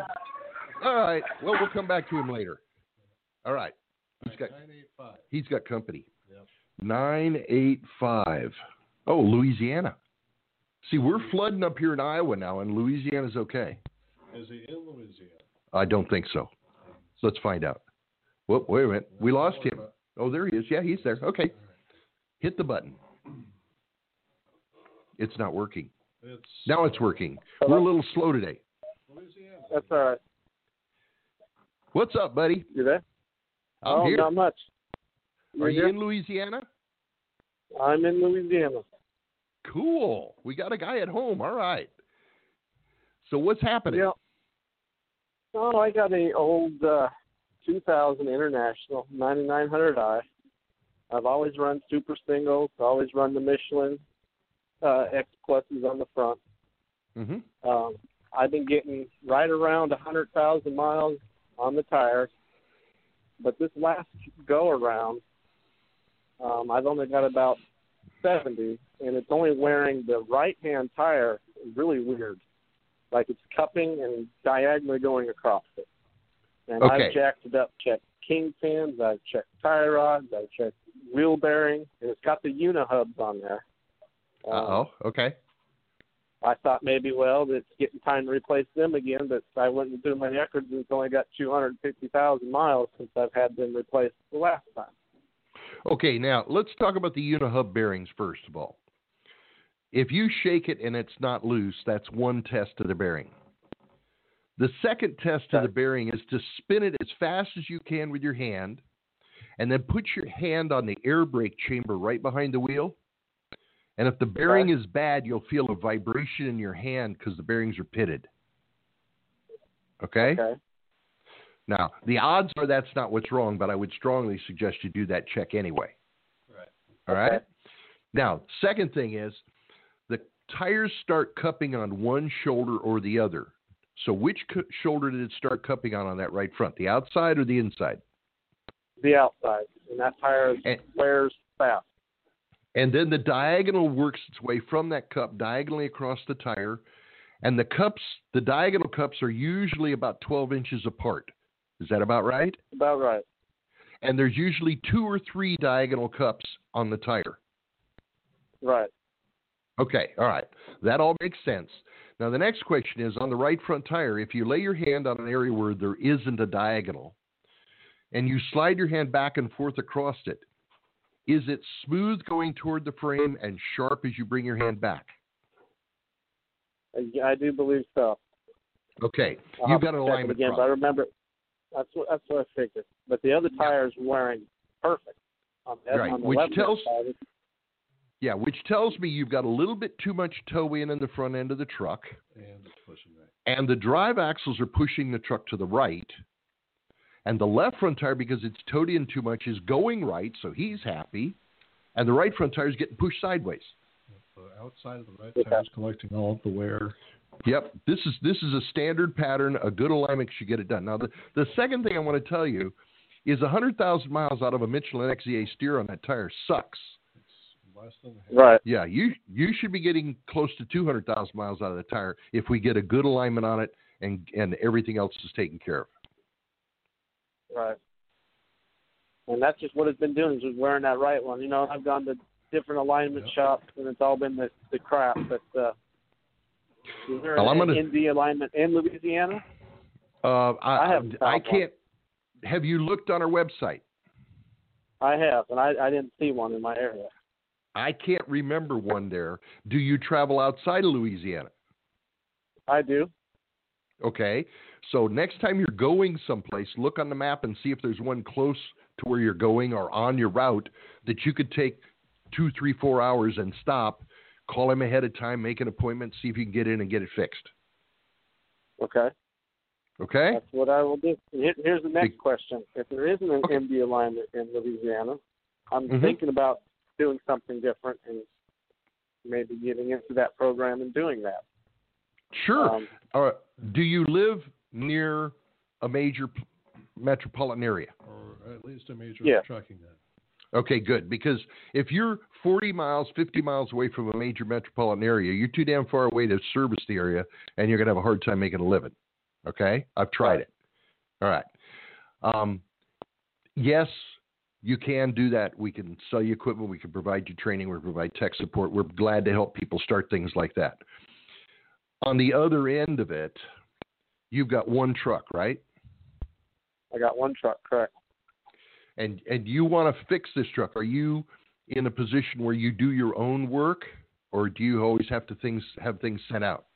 B: All right. Well, we'll come back to him later. All right. He's got
C: Nine eight five.
B: he's got company.
C: Yep.
B: Nine eight five. Oh, Louisiana. See, we're flooding up here in Iowa now, and Louisiana's okay.
C: Is he in Louisiana?
B: I don't think so. Let's find out. Whoop, wait a minute. We lost him. Oh, there he is. Yeah, he's there. Okay. Hit the button. It's not working.
C: It's
B: Now it's working. We're a little slow today.
C: Louisiana.
F: That's all right.
B: What's up, buddy?
F: You there?
B: I'm
F: oh,
B: here.
F: not much.
B: Are
F: You're
B: you
F: here?
B: in Louisiana?
F: I'm in Louisiana.
B: Cool. We got a guy at home. All right. So what's happening?
F: Yeah. Oh, I got a old uh, 2000 International 9900i. I've always run super singles. Always run the Michelin uh, X pluses on the front.
B: Mm-hmm.
F: Um, I've been getting right around 100,000 miles on the tires, but this last go around, um, I've only got about 70, and it's only wearing the right hand tire is really weird. Like it's cupping and diagonally going across it. And I've
B: Okay.
F: jacked it up, checked king pins, I've checked tie rods, I've checked wheel bearing, and it's got the unihubs on there. Um,
B: Uh-oh. Okay.
F: I thought maybe, well, it's getting time to replace them again, but I went through my records and it's only got 250,000 miles since I've had them replaced the last time.
B: Okay, now let's talk about the unihub bearings first of all. If you shake it and it's not loose, that's one test of the bearing. The second test of the bearing is to spin it as fast as you can with your hand, and then put your hand on the air brake chamber right behind the wheel. And if the bearing is bad, you'll feel a vibration in your hand because the bearings are pitted. Okay?
K: Okay.
B: Now, the odds are that's not what's wrong, but I would strongly suggest you do that check anyway.
C: Right.
B: All right? Now, second thing is the tires start cupping on one shoulder or the other. So, which cu- shoulder did it start cupping on on that right front, the outside or the inside?
F: the outside, and that tire
B: And-
F: wears fast.
B: And then the diagonal works its way from that cup diagonally across the tire. And the cups, the diagonal cups are usually about 12 inches apart. Is that about right?
F: About right.
B: And there's usually two or three diagonal cups on the tire.
F: Right.
B: Okay, all right. That all makes sense. Now, the next question is on the right front tire, if you lay your hand on an area where there isn't a diagonal and you slide your hand back and forth across it, is it smooth going toward the frame and sharp as you bring your hand back?
F: I, I do believe so.
B: Okay,
F: I'll have
B: you've got
F: to
B: an
F: check it
B: alignment
F: again, but I
B: problem.
F: remember that's what that's what I figured. But the other tire is wearing perfect. On the,
B: Right,
F: on the
B: which
F: left hand
B: tells-
F: side.
B: Yeah, which tells me you've got a little bit too much toe in in the front end of the truck,
C: And it's pushing right.
B: and the drive axles are pushing the truck to the right, and the left front tire because it's towed in too much is going right, so he's happy, and the right front tire is getting pushed sideways.
C: The outside of the right
F: Okay.
C: tire is collecting all of the wear.
B: Yep, this is this is a standard pattern. A good alignment should get it done. Now, the, the second thing I want to tell you is 100,000 miles out of a Michelin XEA steer on that tire sucks.
C: It's less than half.
F: Right.
B: Yeah, you you should be getting close to 200,000 miles out of the tire if we get a good alignment on it and and everything else is taken care of.
F: Right. And that's just what it's been doing, is just wearing that right one. You know, I've gone to different alignment
C: Yeah.
F: shops and it's all been the, the crap. But uh is there
B: Well, I'm
F: an
B: gonna-
F: ND alignment in Louisiana?
B: Uh, I
F: I haven't
B: I,
F: found one.
B: can't. Have you looked on our website?
F: I have, and I, I didn't see one in my area.
B: I can't remember one there. Do you travel outside of Louisiana?
F: I do.
B: Okay. So next time you're going someplace, look on the map and see if there's one close to where you're going or on your route that you could take two, three, four hours and stop. Call him ahead of time, make an appointment, see if you can get in and get it fixed.
F: Okay.
B: Okay.
F: That's what I will do. Here, here's the next question. If there isn't an
B: Okay.
F: MD alignment in Louisiana, I'm
B: Mhm.
F: thinking about doing something different and maybe getting into that program and doing that.
B: Sure.
F: Um,
B: All right. Do you live near a major p- metropolitan area?
C: Or at least a major
F: Yeah.
C: trucking net.
B: Okay, good. Because if you're 40 miles, 50 miles away from a major metropolitan area, you're too damn far away to service the area, and you're going to have a hard time making a living. Okay? I've tried it. All right. Um, yes, you can do that. We can sell you equipment. We can provide you training. We provide tech support. We're glad to help people start things like that. On the other end of it, you've got one truck, right?
F: I got one truck, correct?
B: and and you want to fix this truck, are you in a position where you do your own work, or do you always have to things have things sent out?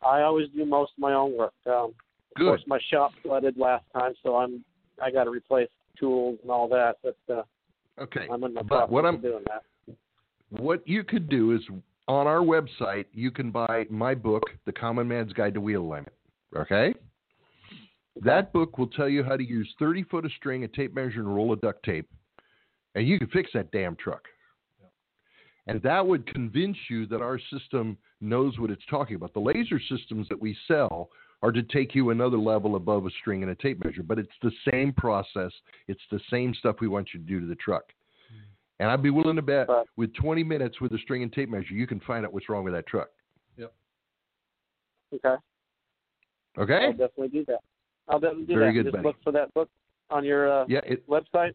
F: I always do most of my own work. Um, Of
B: Good.
F: course, my shop flooded last time, so I'm I got to replace tools and all that. But uh,
B: Okay.
F: I'm in the
B: But
F: process
B: what
F: of
B: I'm
F: doing that.
B: what you could do is on our website you can buy my book, The Common Man's Guide to Wheel Alignment. Okay. That book will tell you how to use 30 foot of string, a tape measure, and a roll of duct tape, and you can fix that damn truck. And that would convince you that our system knows what it's talking about. The laser systems that we sell are to take you another level above a string and a tape measure, but it's the same process. It's the same stuff we want you to do to the truck. And I'd be willing to bet
F: Right.
B: with 20 minutes with a string and tape measure, you can find out what's wrong with that truck.
F: Okay, I'll
B: Okay?
F: Oh, definitely do that. I'll definitely do
B: Very
F: that.
B: good,
F: Just
B: buddy.
F: look for that book on your uh,
B: Yeah, it,
F: website.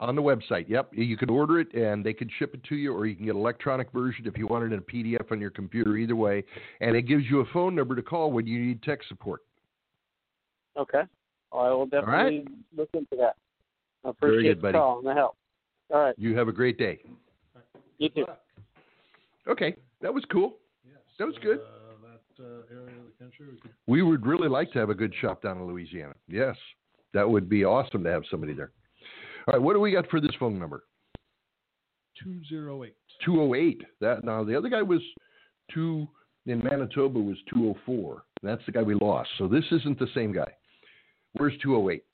B: on the website. Yep, you can order it and they can ship it to you, or you can get an electronic version if you want it in a PDF on your computer. Either way, and it gives you a phone number to call when you need tech support.
F: Okay, I will definitely look into that. I
B: Very
F: appreciate
B: good,
F: the
B: buddy.
F: call and the help. All right,
B: You have a great day.
F: you too.
B: Okay, that was cool.
C: Yes.
B: That was good.
C: Uh, that uh, area of the country? We could,
B: We would really like to have a good shop down in Louisiana. Yes, that would be awesome to have somebody there. All right, what do we got for this phone number?
C: 208.
B: 208. That now the other guy was two in Manitoba was 204. That's the guy we lost. So this isn't the same guy. Where's 208?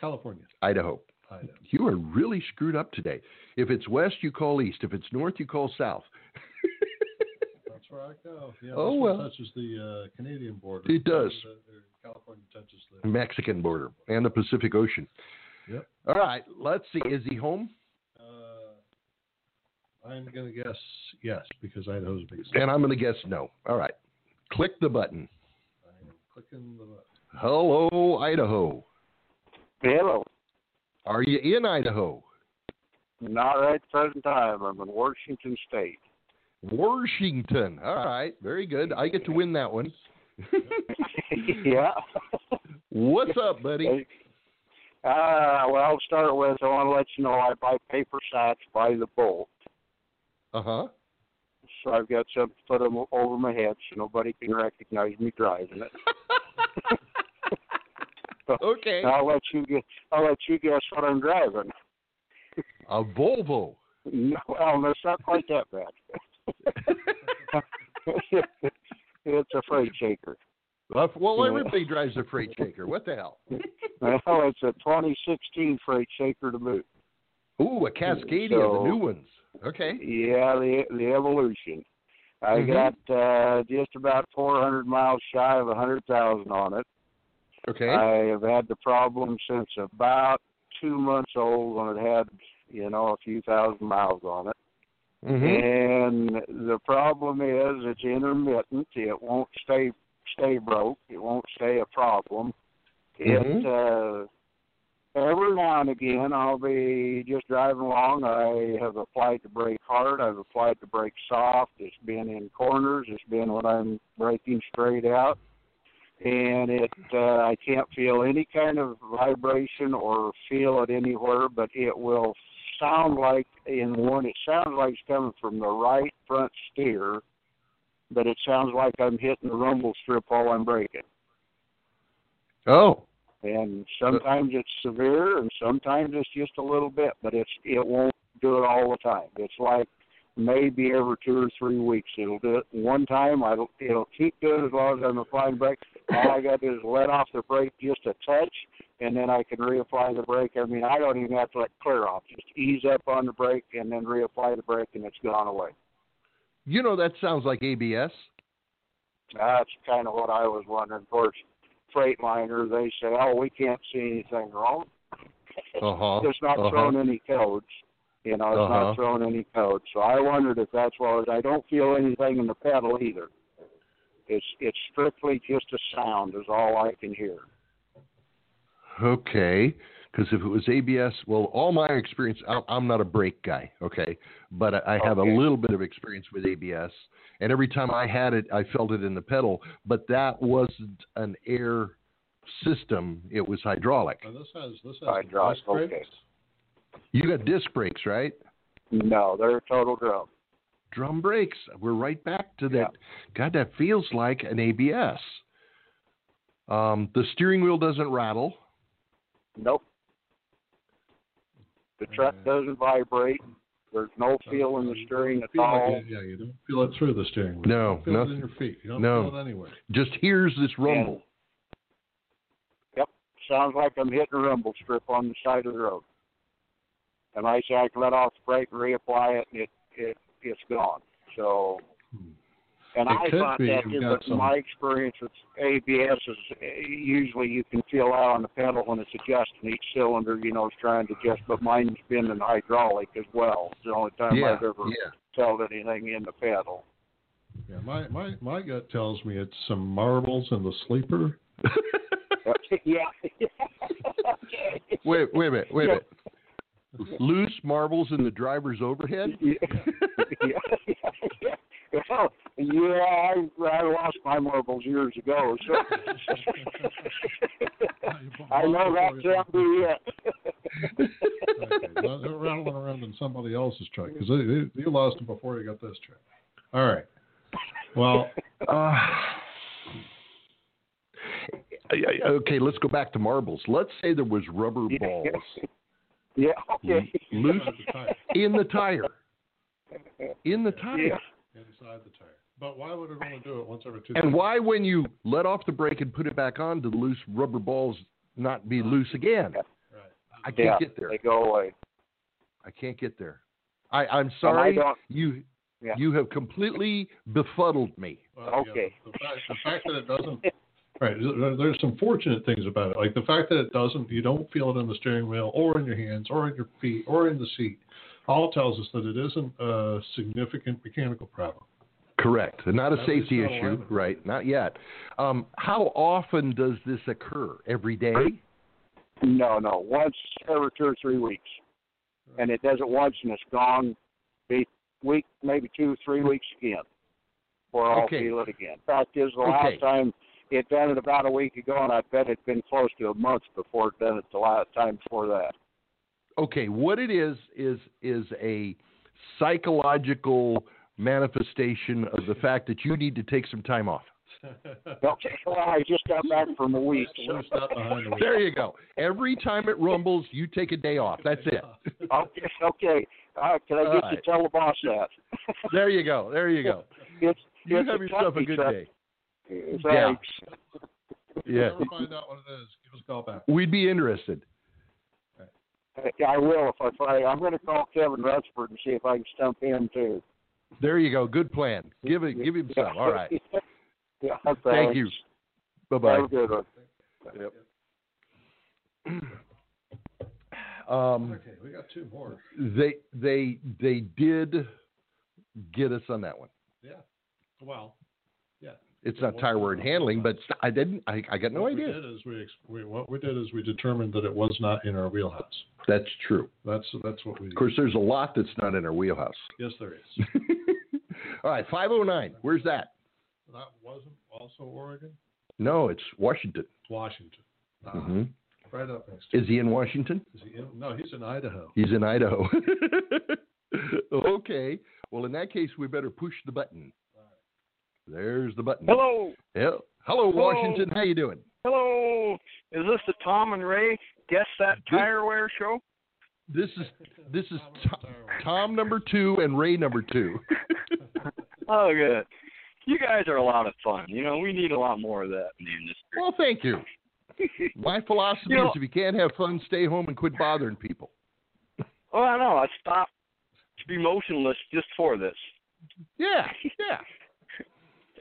C: California.
B: Idaho.
C: I know.
B: You are really screwed up today. If it's west, you call east. If it's north, you call south.
C: That's where I go. Yeah,
B: Oh,
C: this one
B: well.
C: touches the uh, Canadian border.
B: It does.
C: Uh, uh, California touches the.
B: Mexican border and the Pacific Ocean.
C: Yep.
B: All right, let's see. Is he home?
C: Uh, I'm going to guess yes, because Idaho's big. state.
B: And I'm going to guess no. All right. Click the button.
C: I am clicking the button.
B: Hello, Idaho.
G: Hello.
B: Are you in Idaho?
G: Not at the present time. I'm in Washington State.
B: Washington. All right, very good. I get to win that one.
G: yeah.
B: What's up, buddy?
G: Uh, well, I'll start with I want to let you know I buy paper sacks by the bowl.
B: Uh huh.
G: So I've got some to put 'em over my head so nobody can recognize me driving it.
B: Okay.
G: I'll let you guess. I'll let you guess what I'm driving.
B: A Volvo.
G: No, well, it's not quite that bad. it's a freight shaker.
B: Well, Well, everybody drives a freight shaker. What the hell?
G: Well, it's a 2016 freight shaker to boot.
B: Ooh, a Cascadia,
G: So-
B: the new ones. Okay.
G: Yeah, the the evolution. I
B: Mhm.
G: got uh, just about 400 miles shy of 100,000 on it.
B: Okay.
G: I have had the problem since about two months old when it had, you know, a few thousand miles on it.
B: Mm-hmm.
G: And the problem is it's intermittent. It won't stay stay broke. It won't stay a problem. It uh, every now and again I'll be just driving along. I have applied to brake hard. I've applied to brake soft. It's been in corners. It's been when I'm braking straight out. And it, uh, I can't feel any kind of vibration or feel it anywhere, but it will sound like in one it sounds like it's coming from the right front steer but it sounds like i'm hitting the rumble strip while i'm braking
B: Oh.
G: and sometimes it's severe and sometimes it's just a little bit but it's it won't do it all the time it's like maybe every two or three weeks it'll do it one time i don't it'll keep doing it as long as i'm applying brake all i got to do is let off the brake just a touch and then i can reapply the brake i mean i don't even have to let clear off just ease up on the brake and then reapply the brake and it's gone away
B: You know that sounds like ABS.
G: That's kind of what I was wondering. Of course, Freightliner, they say, oh, we can't see anything wrong.
B: Uh huh.
G: There's not
B: uh-huh.
G: thrown any codes. You know, it's
B: Uh-huh.
G: not thrown any codes. So I wondered if that's what it is. I don't feel anything in the pedal either. It's it's strictly just a sound is all I can hear.
B: Okay. Because if it was ABS, well, all my experience, I- I'm not a brake guy, okay? But I I have
G: Okay.
B: a little bit of experience with ABS. And every time I had it, I felt it in the pedal, but that wasn't an air system, it was hydraulic.
C: Now, Oh, this has this has
G: I
C: the
G: drive,
C: disc brakes.
G: okay.
B: You got disc brakes, right?
G: No, they're total drum.
B: Drum brakes. We're right back to that.
G: Yeah.
B: God, that feels like an ABS. Um, the steering wheel doesn't rattle.
G: Nope. The truck
C: Mm-hmm.
G: doesn't vibrate. There's no feel in the steering at
C: Uh, Feel like
G: all.
C: it- yeah, you don't feel it through the steering wheel.
B: No,
C: you feel
B: nothing.
C: it in your feet. You don't
B: No.
C: feel it anywhere.
B: Just hears this rumble.
G: sounds like I'm hitting a rumble strip on the side of the road. And I say I can let off the brake and reapply it, and it it it's gone. So, and
C: Hmm. It
G: I
C: could
G: thought
C: be
G: that
C: you've
G: is
C: got some-
G: my experience with ABS is eh, usually you can feel out on the pedal when it's adjusting each cylinder. You know, it's trying to adjust, but mine's been in hydraulic as well. It's the only time
B: yeah.
G: I've ever
B: yeah.
G: felt anything in the pedal.
C: Yeah, my, my, my gut tells me it's some marbles in the sleeper.
G: yeah. okay.
B: Wait, wait a minute. Wait a
G: Yeah.
B: minute. Loose marbles in the driver's overhead.
G: yeah, yeah, yeah. Well, yeah, I, I lost my marbles years ago, so I know that can't be it.
C: Okay, well, They're rattling around in somebody else's truck because you lost them before you got this truck. All right. Well,
B: Uh, I- I- okay, let's go back to marbles. Let's say there was rubber
G: Yeah.
B: balls Mm-hmm.
G: Yeah. Okay.
B: loose
C: at the tire,
B: in the tire. In the tire.
G: Yeah.
C: inside the tire. But why would it only do it once every two?
B: And why, when you let off the brake and put it back on, do the loose rubber balls not be loose again?
C: Right.
B: I can't
G: Yeah.
B: get there.
G: They go away.
B: I can't get there. I, I'm
G: And I
B: sorry.
G: don't-
B: You
G: Yeah.
B: you have completely befuddled me.
C: Well, yeah,
G: Okay.
C: the, fact, the fact that it doesn't. Right. there- There's some fortunate things about it, like the fact that it doesn't. You don't feel it in the steering wheel, or in your hands, or in your feet, or in the seat. All tells us that it isn't a significant mechanical problem.
B: Correct. Not a
C: At least
B: safety
C: not
B: issue,
C: eleven.
B: right? Not yet. Um, how often does this occur? Every day?
G: No, no. Once every two or three weeks, and it does it once, and it's gone. Be week, maybe two, three weeks again, or I'll
B: Okay.
G: feel it again. Fact is, the
B: Okay.
G: last time it done it about a week ago, and I bet it'd been close to a month before it done it. The last time before that.
B: Okay. What it is is is a psychological manifestation of the fact that you need to take some time off.
G: Okay. Well, I just got back from a week.
C: It's the
G: So.
C: least out behind the wheel.
B: There you go. Every time it rumbles, you take a day off. That's it.
G: Okay. Okay. All right, can I
B: All
G: get you
B: right.
G: to tell the boss that?
B: There you go. There you go.
G: It's,
B: You
G: it's
B: have yourself a
G: Kentucky
B: good
G: truck.
B: day. Yeah.
G: Thanks.
C: If you
B: Yeah.
C: ever find out what it is, give us a call back.
B: We'd be interested.
G: Yeah, I will if I find. I'm going to call Kevin Rutherford and see if I can stump him too.
B: There you go. Good plan. Give it. Give him some. All right.
G: yeah,
B: Thank you. Bye bye.
G: Have a good one.
B: Um,
C: Okay, we got two more.
B: they they they did get us on that one.
C: Yeah. Oh, Well,
B: It's not tire word handling, but I didn't. I, I got no
C: what we
B: idea.
C: did is we, ex- we what we did is we determined that it was not in our wheelhouse.
B: That's true.
C: That's that's what we.
B: Of course, there's a lot that's not in our wheelhouse.
C: Yes, there is.
B: All right, 509. Where's that?
C: that wasn't also Oregon.
B: No, it's Washington.
C: Washington. Ah,
B: Mhm.
C: Right up next.
B: Is he in Washington?
C: Is he in? No, he's in Idaho.
B: He's in Idaho. okay. Well, in that case, we better push the button. There's the button.
L: Hello,
B: Hel- Hello, Washington. How you doing?
L: hello. Is this the Tom and Ray Guess That Tire Wear show?
B: This is this is Tom, Tom number two and Ray number two.
L: Oh, good. You guys are a lot of fun. You know, we need a lot more of that in the industry.
B: Well, thank you. My philosophy
L: You know-
B: is if you can't have fun, stay home and quit bothering people.
L: Oh, I know. I stopped to be motionless just for this.
B: Yeah, yeah.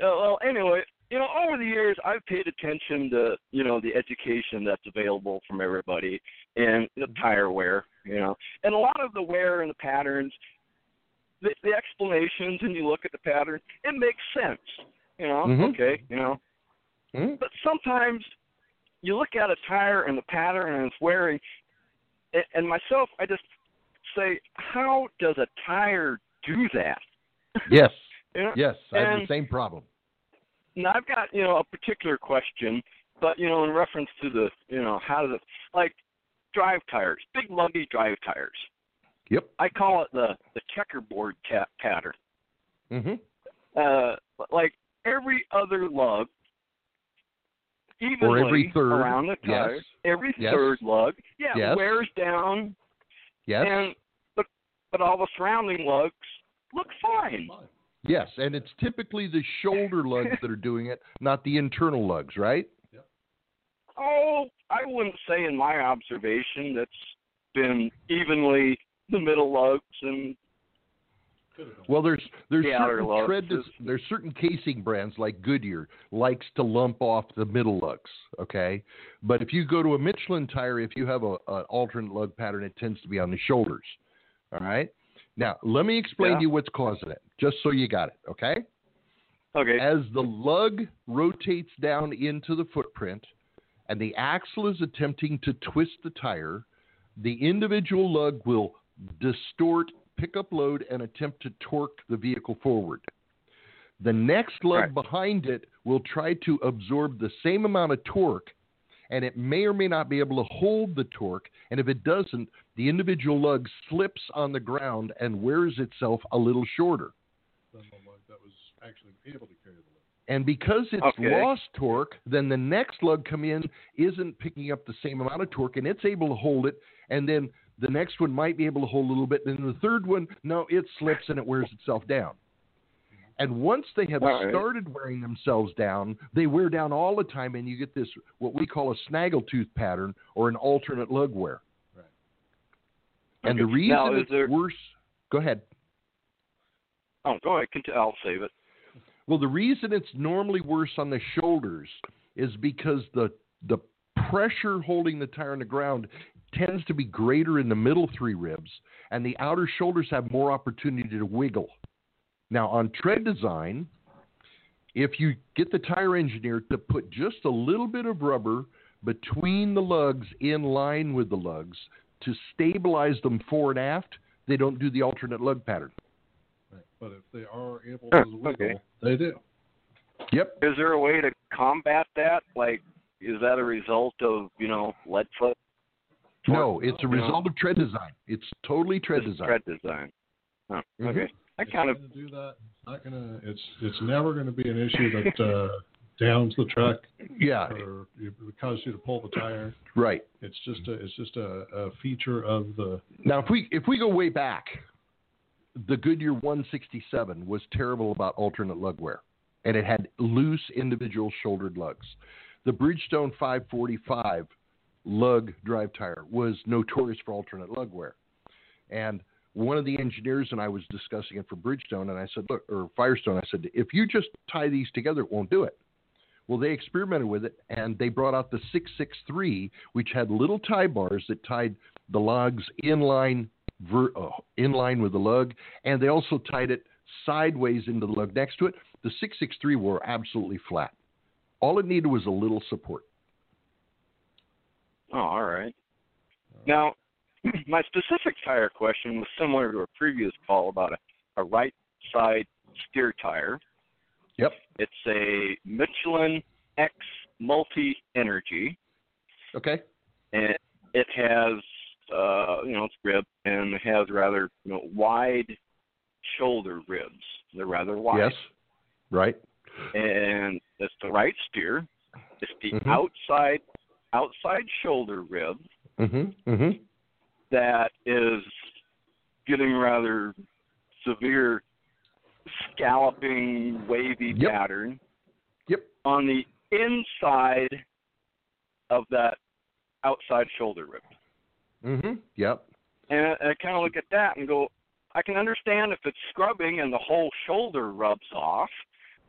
L: Uh, well, anyway, you know, over the years, I've paid attention to, you know, the education that's available from everybody and the
B: Mm-hmm.
L: tire wear, you know. And a lot of the wear and the patterns, the, the explanations, and you look at the pattern, it makes sense, you know,
B: Mhm.
L: okay, you know.
B: Hmm?
L: But sometimes you look at a tire and the pattern and it's wearing, a- and myself, I just say, how does a tire do that?
B: Yes,
L: You know?
B: yes. I have the
L: And-
B: same problem.
L: Now I've got you know a particular question, but you know in reference to the you know how does it like drive tires, big lumpy drive tires.
B: Yep.
L: I call it the the checkerboard ta- pattern.
B: hmm
L: Uh, like every other lug, evenly
B: Or every third,
L: around the
B: yes.
L: tire, every
B: Yes.
L: third lug, yeah,
B: Yes.
L: wears down,
B: Yes,
L: and but but all the surrounding lugs look fine.
B: yes. And it's typically the shoulder lugs that are doing it, not the internal lugs, right?
L: Oh, I wouldn't say in my observation that's been evenly the middle lugs and
B: Well, there's there's
L: The outer
B: certain
L: lugs
B: tread dis-
L: is-
B: there's certain casing brands like Goodyear likes to lump off the middle lugs, okay? But if you go to a Michelin tire, if you have a an alternate lug pattern, it tends to be on the shoulders. All right. Now let me explain
L: Yeah.
B: to you what's causing it, just so you got it, okay?
L: okay,
B: As the lug rotates down into the footprint and the axle is attempting to twist the tire, the individual lug will distort pickup load and attempt to torque the vehicle forward. The next lug
L: Right.
B: behind it will try to absorb the same amount of torque, and it may or may not be able to hold the torque. And if it doesn't, the individual lug slips on the ground and wears itself a little shorter.
C: than the lug that was actually able to carry the load.
B: And because it's
L: Okay.
B: lost torque, then the next lug come in isn't picking up the same amount of torque and it's able to hold it. And then the next one might be able to hold a little bit. And the third one, no, it slips and it wears itself down. And once they have
E: All right.
B: started wearing themselves down, they wear down all the time. And you get this, what we call a snaggletooth pattern or an alternate lug wear.
C: Right.
B: And the
L: Okay.
B: reason
L: Now, is
B: it's
L: there-
B: worse, go ahead.
L: Oh, go ahead. Conti- I'll save it.
B: Well, the reason it's normally worse on the shoulders is because the the pressure holding the tire on the ground tends to be greater in the middle three ribs, and the outer shoulders have more opportunity to wiggle. Now, on tread design, if you get the tire engineer to put just a little bit of rubber between the lugs in line with the lugs to stabilize them forward and aft, they don't do the alternate lug pattern.
C: Right. But if they are able
L: Huh,
C: to wiggle,
L: okay.
C: they do.
B: Yep.
L: Is there a way to combat that? Like, is that a result of you know lead foot?
B: No, it's a
L: you know?
B: result of tread design. It's totally tread
L: Just
B: design.
L: tread design. Oh,
B: Mhm.
L: Okay. I
C: It's
L: kind of
C: gonna do that. It's not gonna. It's it's never gonna be an issue that uh, downs the truck
B: Yeah,
C: or it causes you to pull the tire.
B: right.
C: It's just a it's just a, a feature of the
B: Now, if we if we go way back, the Goodyear 167 was terrible about alternate lug wear, and it had loose individual shouldered lugs. The Bridgestone 545 lug drive tire was notorious for alternate lug wear, and one of the engineers and I was discussing it for Bridgestone, and I said, look, or Firestone, I said, if you just tie these together, it won't do it. Well, they experimented with it, and they brought out the 663, which had little tie bars that tied the lugs in line, ver, uh, in line with the lug, and they also tied it sideways into the lug next to it. The 663 were absolutely flat. All it needed was a little support.
L: Oh, all right. Now, my specific tire question was similar to a previous call about a, a right side steer tire.
B: Yep.
L: It's a Michelin X Multi Energy,
B: Okay.
L: and it has, uh, you know, it's rib, and it has rather you know, wide shoulder ribs. They're rather wide
B: Yes. Right.
L: and that's the right steer. It's the
B: Mhm.
L: outside outside shoulder rib
B: Mm-hmm. Mm-hmm.
L: that is getting rather severe scalloping wavy
B: Yep.
L: pattern.
B: Yep.
L: On the inside of that outside shoulder rib.
B: Mm-hmm. Yep.
L: And I, I kind of look at that and go, I can understand if it's scrubbing and the whole shoulder rubs off.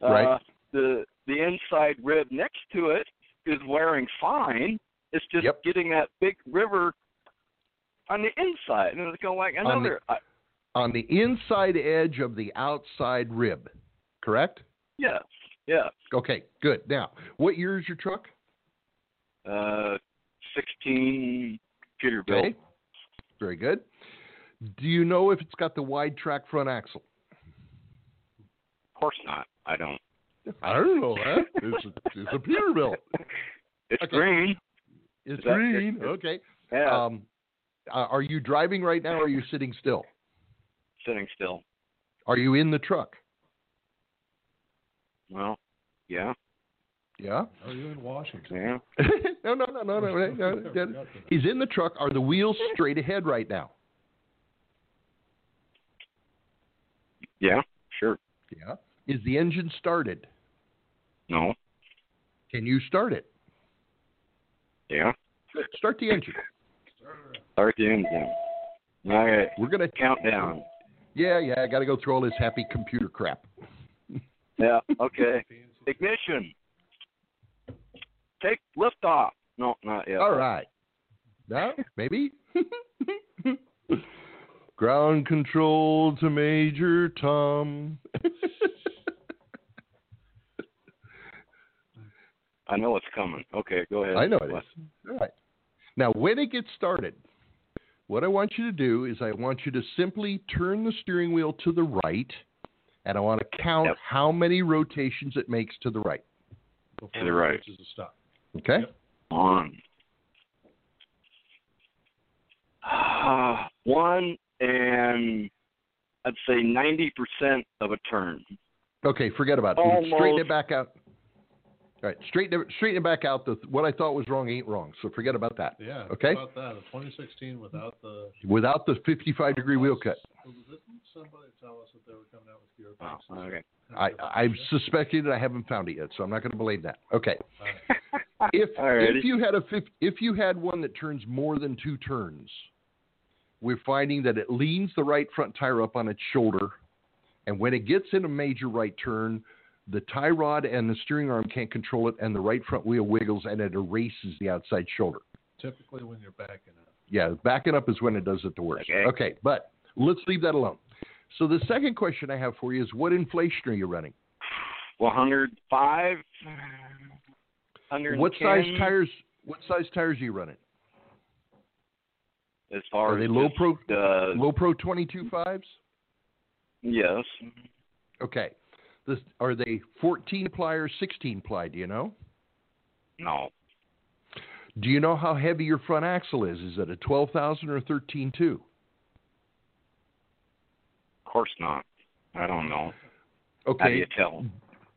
L: Uh,
B: Right.
L: the the inside rib next to it is wearing fine. It's just
B: Yep.
L: getting that big river on the inside, and it's going like
B: the-
L: another. uh, I,
B: On the inside edge of the outside rib. Correct.
L: yeah, yeah.
B: Okay. Good. Now, what year is your truck?
L: Uh, sixteen Peterbilt.
B: Okay. Very good. Do you know if it's got the wide track front axle?
L: Of course not. I don't.
B: I don't know that. It's a, it's a Peterbilt.
L: It's
B: Okay.
L: green.
B: It's
L: Is that-
B: green.
L: it's-
B: okay.
L: Yeah,
B: Um, uh, are you driving right now or are you sitting still?
L: sitting still.
B: Are you in the truck?
L: Well, yeah,
B: Yeah.
C: are you in Washington?
L: yeah.
B: no, no, no, no, no, no, no.
C: Forgot that.
B: He's in the truck. Are the wheels straight ahead right now?
L: Yeah, sure.
B: Yeah. Is the engine started?
L: No,
B: Can you start it?
L: yeah.
B: Start the engine.
L: Start the engine. All right,
B: We're gonna.
L: countdown.
B: Yeah, yeah. I gotta go through all this happy computer crap.
L: Yeah, Oh, okay. Ignition. Take lift off. No, not yet.
B: All right. No, maybe. Ground control to Major Tom.
L: I know it's coming. Okay, go ahead.
B: I know it is. All right. Now, when it gets started, what I want you to do is I want you to simply turn the steering wheel to the right, and I want to count
L: Yep.
B: how many rotations it makes to the right.
C: Before
L: To the right.
C: it reaches a stop.
B: Okay?
C: Yep.
L: On. One Ah, and I'd say 90% of a turn.
B: Okay, forget about it.
L: Almost.
B: Straighten it back out. All right, straighten it, straighten it back out. The, what I thought was wrong ain't wrong, so forget about that.
C: Yeah.
B: Okay.
C: How about that? A 2016 without the.
B: Without the 55 degree wheel cut,
C: Didn't somebody tell us that they were coming out with gear
L: Oh,
C: packs?
L: okay.
B: I I suspected it. I haven't found it yet, so I'm not going to blame that. Okay. If
L: Alrighty.
B: if you had a fif- if you had one that turns more than two turns, we're finding that it leans the right front tire up on its shoulder, and when it gets in a major right turn, the tie rod and the steering arm can't control it, and the right front wheel wiggles and it erases the outside shoulder.
C: Typically, when you're backing up.
B: Yeah, backing up is when it does it the worst.
L: Okay.
B: but let's leave that alone. So the second question I have for you is, what inflation are you running?
L: 105?
B: What size
L: 110?
B: tires? What size tires are you running?
L: As far
B: Are they
L: as
B: low
L: just,
B: pro-
L: Uh,
B: Low Pro 22 fives?
L: yes.
B: Okay. This, are they 14 ply or 16 ply? Do you know?
L: No.
B: Do you know how heavy your front axle is? Is it a 12,000 or 13.2?
L: Of course not. I don't know. How do
B: Okay.
L: you tell?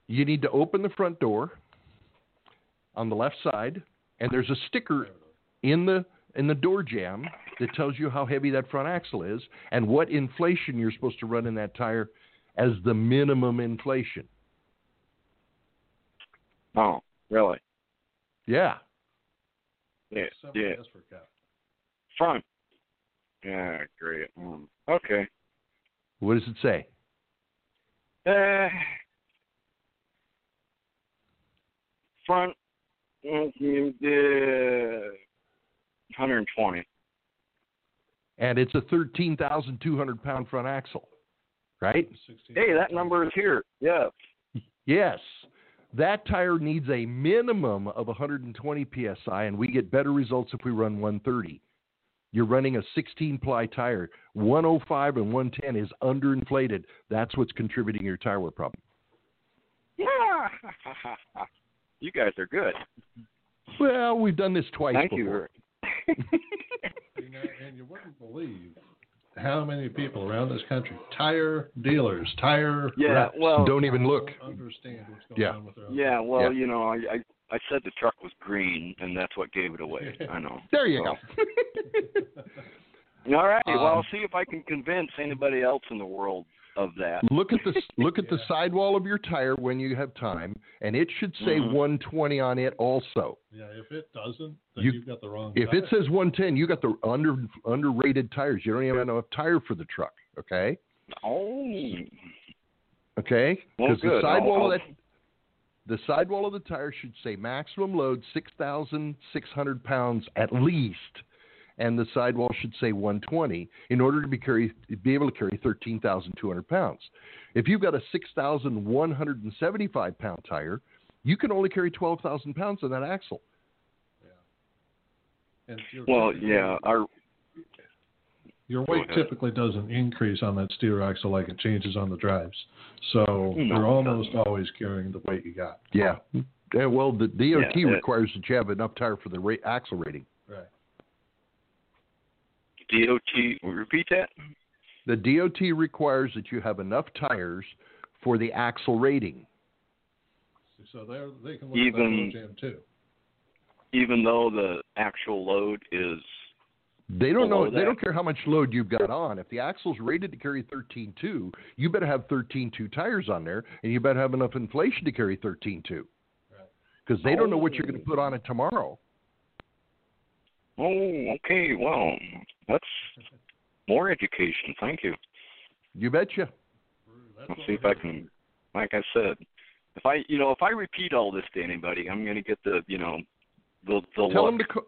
B: You need to open the front door on the left side, and there's a sticker in the in the door jamb that tells you how heavy that front axle is and what inflation you're supposed to run in that tire as the minimum inflation.
L: Oh, really?
B: Yeah.
L: Yeah.
C: Somebody
L: yeah.
C: asked for cap.
L: Front. Yeah, great. Mm. Okay.
B: What does it say?
L: Uh, front. mm, Uh, 120.
B: And it's a 13,200 pound front axle, right?
C: 16.
L: Hey, that number is here. Yeah.
B: Yes. That tire needs a minimum of 120 psi, and we get better results if we run 130. You're running a 16 ply tire. 105 and 110 is underinflated. That's what's contributing to your tire wear problem.
L: Yeah. you guys are good.
B: Well, we've done this twice
L: Thank you.
B: before.
L: Eric.
C: You know, and you wouldn't believe how many people around this country, tire dealers, tire
L: Yeah.
C: reps,
L: Well.
B: Don't even look.
C: don't understand what's going
B: Yeah.
C: on with their own.
L: Yeah. Well,
B: Yeah.
L: you know, I, I I said the truck was green, and that's what gave it away. I know.
B: There you go.
L: All right. well,
B: Um,
L: I'll see if I can convince anybody else in the world of that.
B: Look at the look at the
C: Yeah.
B: sidewall of your tire when you have time, and it should say
L: Mhm.
B: 120 on it also.
C: Yeah, if it doesn't, then
B: You-
C: you, have got the wrong.
B: If
C: guy.
B: it says 110, you got the under underrated tires. You don't even have enough tire for the truck. Okay.
L: Oh.
B: Okay.
L: Well,
B: Because the
L: good. I'll-
B: sidewall
L: I'll-
B: of that the sidewall of the tire should say maximum load six thousand six hundred pounds at least, and the sidewall should say one twenty in order to be carry be able to carry thirteen thousand two hundred pounds. If you've got a six thousand one hundred and seventy five pound tire, you can only carry twelve thousand pounds on that axle.
C: And your-
L: Well, yeah. Our
C: Your weight
L: ahead.
C: typically doesn't increase on that steer axle like it changes on the drives. So
L: No,
C: you're
L: it
C: almost always carrying the weight you got.
B: Yeah. Yeah, well, the DOT
L: Yeah, it-
B: requires that you have enough tire for the ra- axle rating.
C: Right.
L: DOT. Repeat that.
B: The DOT requires that you have enough tires for the axle rating.
C: So they're, they can look at
L: Even-
C: that load jam too.
L: Even though the actual load is.
B: They don't know.
L: Below
B: They
L: that.
B: don't care how much load you've got on. If the axle's rated to carry 13.2, you better have 13.2 tires on there, and you better have enough inflation to carry 13.2. Because they don't know what you're going to put on it tomorrow.
L: Oh, okay. Well, that's more education. Thank you.
B: You betcha.
C: That's
L: I'll
C: what
L: see
C: we're
L: if I
C: doing.
L: can. Like I said, if I you know if I repeat all this to anybody, I'm gonna get the you know the the
B: Tell
L: look.
B: them to ca-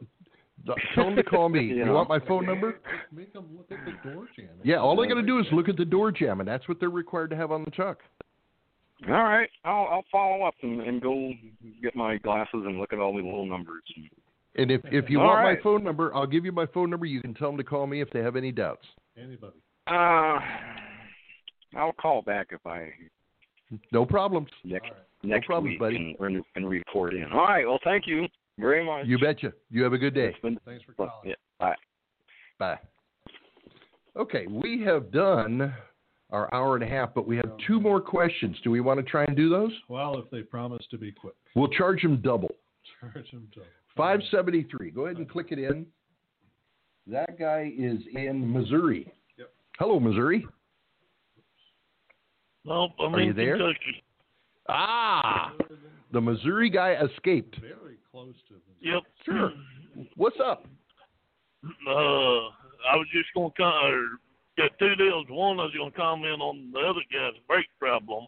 B: th- tell them to call me.
L: You
B: you
L: know.
B: want my phone number?
C: Make them look at the door jam.
B: Yeah. All they're going to do is look at the door jamb, and that's what they're required to have on the truck.
L: All right, I'll I'll follow up and, and go get my glasses and look at all the little numbers.
B: And if if you
L: All
B: want my
L: right.
B: phone number, I'll give you my phone number. You can tell them to call me if they have any doubts.
C: Anybody.
L: Uh, I'll call back if I
B: No problems.
L: next
C: All right.
L: next
B: problem,
L: week
B: buddy.
L: and- And, and record in. All right, well thank you very much.
B: You betcha. You have a good day.
L: It's been
C: Thanks for
L: fun.
C: calling.
L: Yeah.
B: Bye. Okay, we have done our hour and a half, but we have two more questions. Do we want to try and do those?
C: Well, if they promise to be quick,
B: We'll charge them double.
C: charge them to.
B: 573. Go ahead and click it in. That guy is in Missouri.
C: Yep.
B: Hello, Missouri.
E: Nope, I'm
B: Are
E: in
B: you there?
E: Kentucky.
B: Ah, the Missouri guy escaped.
C: Very close to them.
E: Yep.
B: Sure. What's up?
E: Uh, I was just going to con- or got two deals. One, I was going to comment on the other guy's brake problem.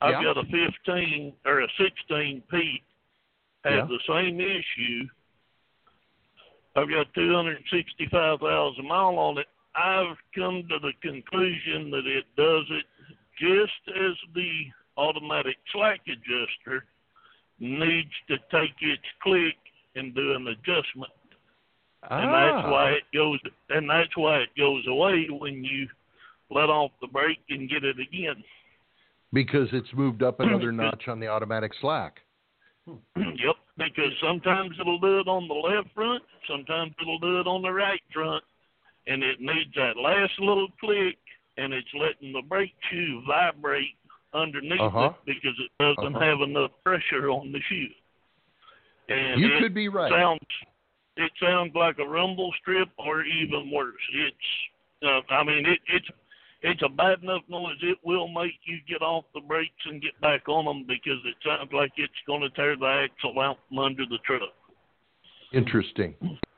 E: I've
B: Yeah.
E: got a 15 or a 16 Pete has
B: Yeah.
E: the same issue. I've got 265,000 mile on it. I've come to the conclusion that it does it just as the automatic slack adjuster needs to take its click and do an adjustment and
B: Ah.
E: that's why it goes and that's why it goes away when you let off the brake and get it again.
B: Because it's moved up another notch on the automatic slack.
E: yep, because sometimes it'll do it on the left front, sometimes it'll do it on the right front, and it needs that last little click, and it's letting the brake shoe vibrate underneath
B: Uh-huh.
E: it because it doesn't
B: Uh-huh.
E: have enough pressure on the shoe. And
B: You
E: it
B: could be right.
E: sounds it sounds like a rumble strip or even worse. It's uh, I mean it it's it's a bad enough noise. It will make you get off the brakes and get back on them because it sounds like it's going to tear the axle out from under the truck.
B: Interesting.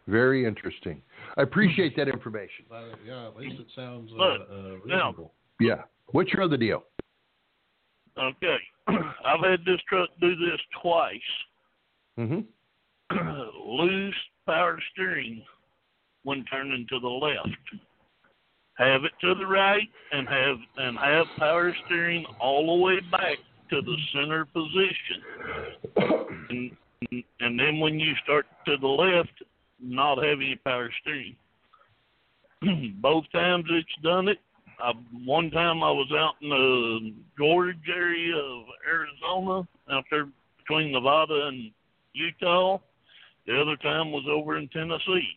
B: Very interesting. I appreciate that information.
C: Uh, yeah, at least it sounds uh,
E: Look,
C: uh,
E: now-
C: reasonable.
B: Yeah. What's your other deal?
E: Okay, I've had this truck do this twice.
B: hmm
E: Loose power steering when turning to the left. Have it to the right and have and have power steering all the way back to the center position. and, and then when you start to the left, not have any power steering. Both times it's done it. I, one time I was out in the George area of Arizona, out there between Nevada and Utah. The other time was over in Tennessee.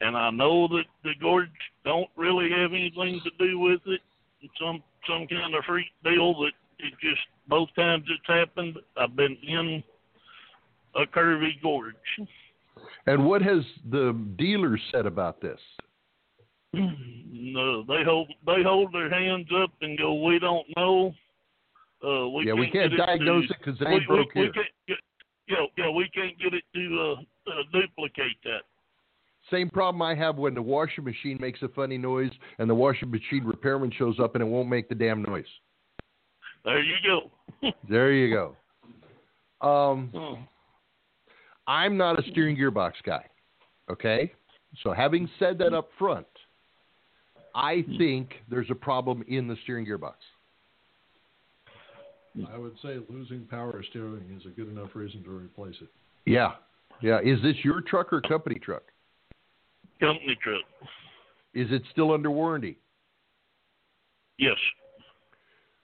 E: And I know that the gorge don't really have anything to do with it. It's some some kind of freak deal that it just both times it's happened. I've been in a curvy gorge.
B: And what has the dealer said about this?
E: no, they hold they hold their hands up and go, we don't know. Uh, we
B: yeah,
E: can't
B: we can't
E: get
B: diagnose
E: it to,
B: it because they ain't
E: we,
B: broke
E: we, we
B: here.
E: can't get, yeah, yeah, we can't get it to uh, uh, duplicate that.
B: Same problem I have when the washing machine makes a funny noise and the washing machine repairman shows up and it won't make the damn noise.
E: There you go.
B: There you go. Um,
E: Oh,
B: I'm not a steering gearbox guy. Okay? So having said that up front, I think there's a problem in the steering gearbox.
E: Mm.
C: I would say losing power steering is a good enough reason to replace it.
B: Yeah. Yeah. Is this your truck or company truck?
E: company truck.
B: Is it still under warranty?
E: Yes.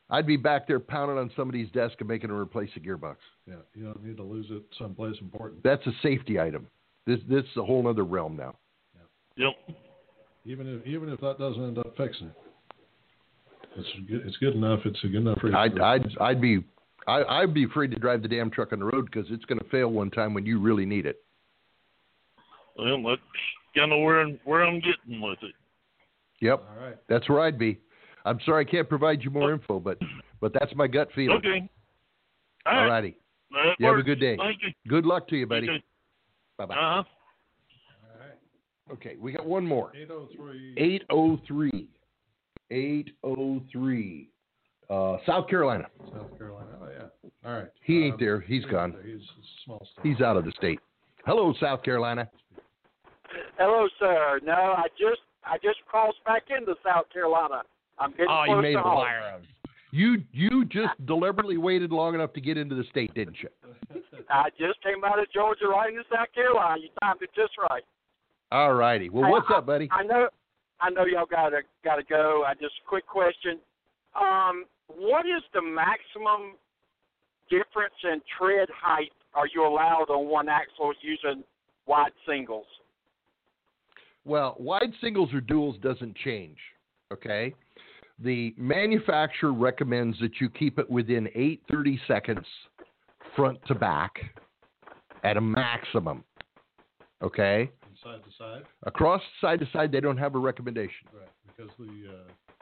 B: I'd be back there pounding on somebody's desk and making them replace the gearbox.
C: Yeah, you don't need to lose it someplace important.
B: That's a safety item. This this is a whole other realm now.
E: Yep.
C: Even if even if that doesn't end up fixing it, it's good, it's good enough. It's a good enough reason.
B: I'd
C: to replace
B: I'd, I'd be I, I'd be afraid to drive the damn truck on the road because it's going to fail one time when you really need it.
E: Well, that's kind of where I'm, where I'm getting with it.
C: it.
B: Yep,
C: All right.
B: that's where I'd be. I'm sorry I can't provide you more info, but but that's my gut feeling.
E: Okay.
B: All righty.
E: That
B: You have a
E: works.
B: good day.
E: Thank you.
B: Good luck to you, buddy. Bye bye.
E: Uh-huh.
C: All right.
B: Okay, we got one more.
C: 803.
B: 803. 803. Uh, South Carolina.
C: South Carolina. Oh yeah. All right.
B: He ain't
C: Um,
B: there. He's gone.
C: He's a small state.
B: He's out of the state. Hello, South Carolina.
D: Hello, sir. No, I just I just crossed back into South Carolina. I'm getting
B: Oh, you
D: close
B: made
D: to
B: a
D: home.
B: liar of us. You you just deliberately waited long enough to get into the state, didn't you?
D: I just came out of Georgia right into South Carolina. You timed it just right.
B: All righty. Well,
D: Hey,
B: what's
D: I-
B: up, buddy?
D: I know, I know y'all gotta gotta go. I just quick question. Um, what is the maximum difference in tread height are you allowed on one axle using wide singles?
B: Well, wide singles or duals doesn't change. Okay. the manufacturer recommends that you keep it within 830 seconds front to back at a maximum. Okay?
C: side to side,
B: Across side to side, they don't have a recommendation.
C: right? Because the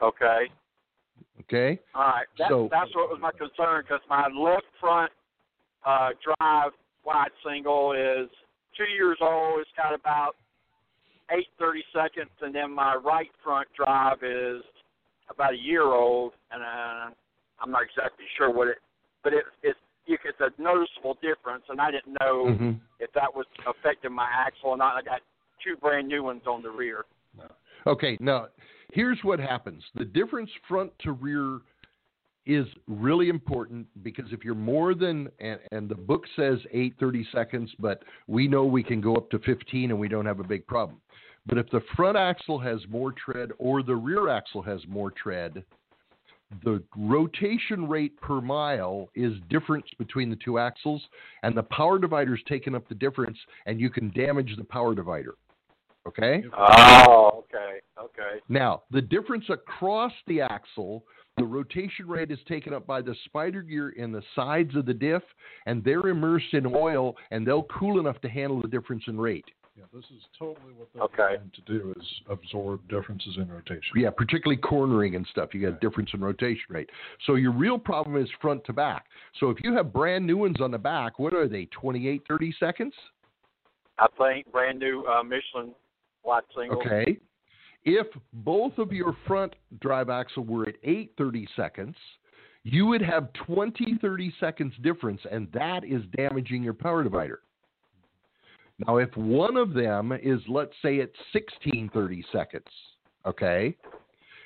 C: uh,
L: Okay.
B: Okay?
L: All right. That,
B: So-
L: that's what was my concern because my left front uh, drive wide single is two years old. It's got about eight thirty seconds, and then my right front drive is about a year old, and uh, I'm not exactly sure what it, but it, it's you it's a noticeable difference, and I didn't know
B: Mhm.
L: if that was affecting my axle or not. I got two brand new ones on the rear.
B: Okay, now here's what happens the difference front to rear is really important because if you're more than and, and the book says 830 seconds but we know we can go up to 15 and we don't have a big problem but if the front axle has more tread or the rear axle has more tread the rotation rate per mile is difference between the two axles and the power divider's taking up the difference and you can damage the power divider okay
L: Oh, okay, okay.
B: now, the difference across the axle, the rotation rate is taken up by the spider gear in the sides of the diff, and they're immersed in oil, and they'll cool enough to handle the difference in rate.
C: yeah, this is totally what they're
L: Okay.
C: trying to do is absorb differences in rotation.
B: Yeah, particularly cornering and stuff. You got a difference in rotation rate. So your real problem is front to back. So if you have brand new ones on the back, what are they, 28, 30 seconds?
L: I think brand new uh, Michelin wide single.
B: Okay. If both of your front drive axle were at 830 seconds, you would have 20 30 seconds difference, and that is damaging your power divider. Now, if one of them is, let's say, at 16 30 seconds, okay,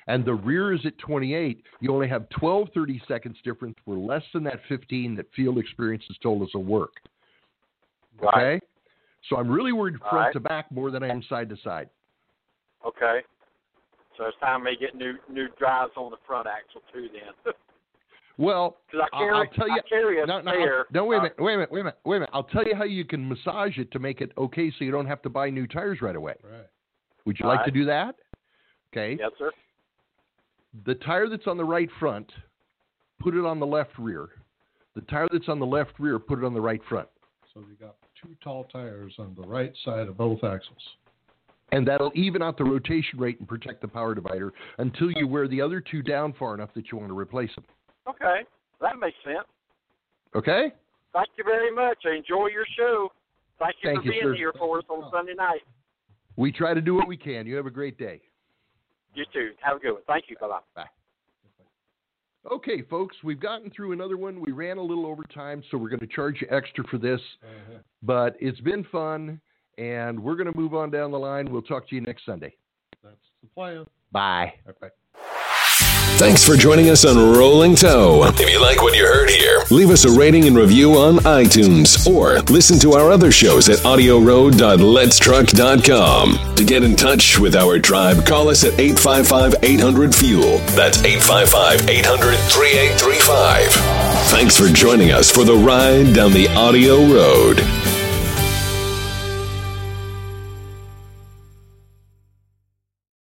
B: and the rear is at 28, you only have 12 30 seconds difference. We're less than that 15 that field experience has told us will work. Okay? So I'm really worried front
L: Right.
B: to back more than I am side to side.
L: Okay. So it's time they get new new drives on the front axle too, then.
B: Well,
L: Because I
B: I'll-
L: carry,
B: I'll tell you.
L: I carry a
B: no, no,
L: spare.
B: no, wait a
L: uh,
B: minute, wait a minute, wait a minute, wait a minute. I'll tell you how you can massage it to make it okay, so you don't have to buy new tires right away.
C: Right.
B: Would you
L: All
B: like to
L: right.
B: do that? Okay.
L: Yes, sir.
B: The tire that's on the right front, put it on the left rear. The tire that's on the left rear, put it on the right front,
C: So you got two tall tires on the right side of both axles.
B: and that'll even out the rotation rate and protect the power divider until you wear the other two down far enough that you want to replace them.
L: Okay. That makes sense.
B: Okay.
L: Thank you very much. Enjoy your show. Thank you
B: Thank
L: for
B: you,
L: being
B: sir. Oh.
L: here for us on Sunday night.
B: We try to do what we can. You have a great day.
L: You too. Have a good one. Thank you. Bye bye.
B: Okay, folks, we've gotten through another one. We ran a little over time, so we're going to charge you extra for this, but it's been fun, and we're going to move on down the line. We'll talk to you next Sunday.
C: That's the plan.
B: Bye.
A: Thanks for joining us on Rolling Toe. If you like what you heard here, leave us a rating and review on iTunes or listen to our other shows at audioroad.letstruck.com. To get in touch with our tribe, call us at 855 800 Fuel. E That's 855 800 3835. Thanks for joining us for the ride down the audio road.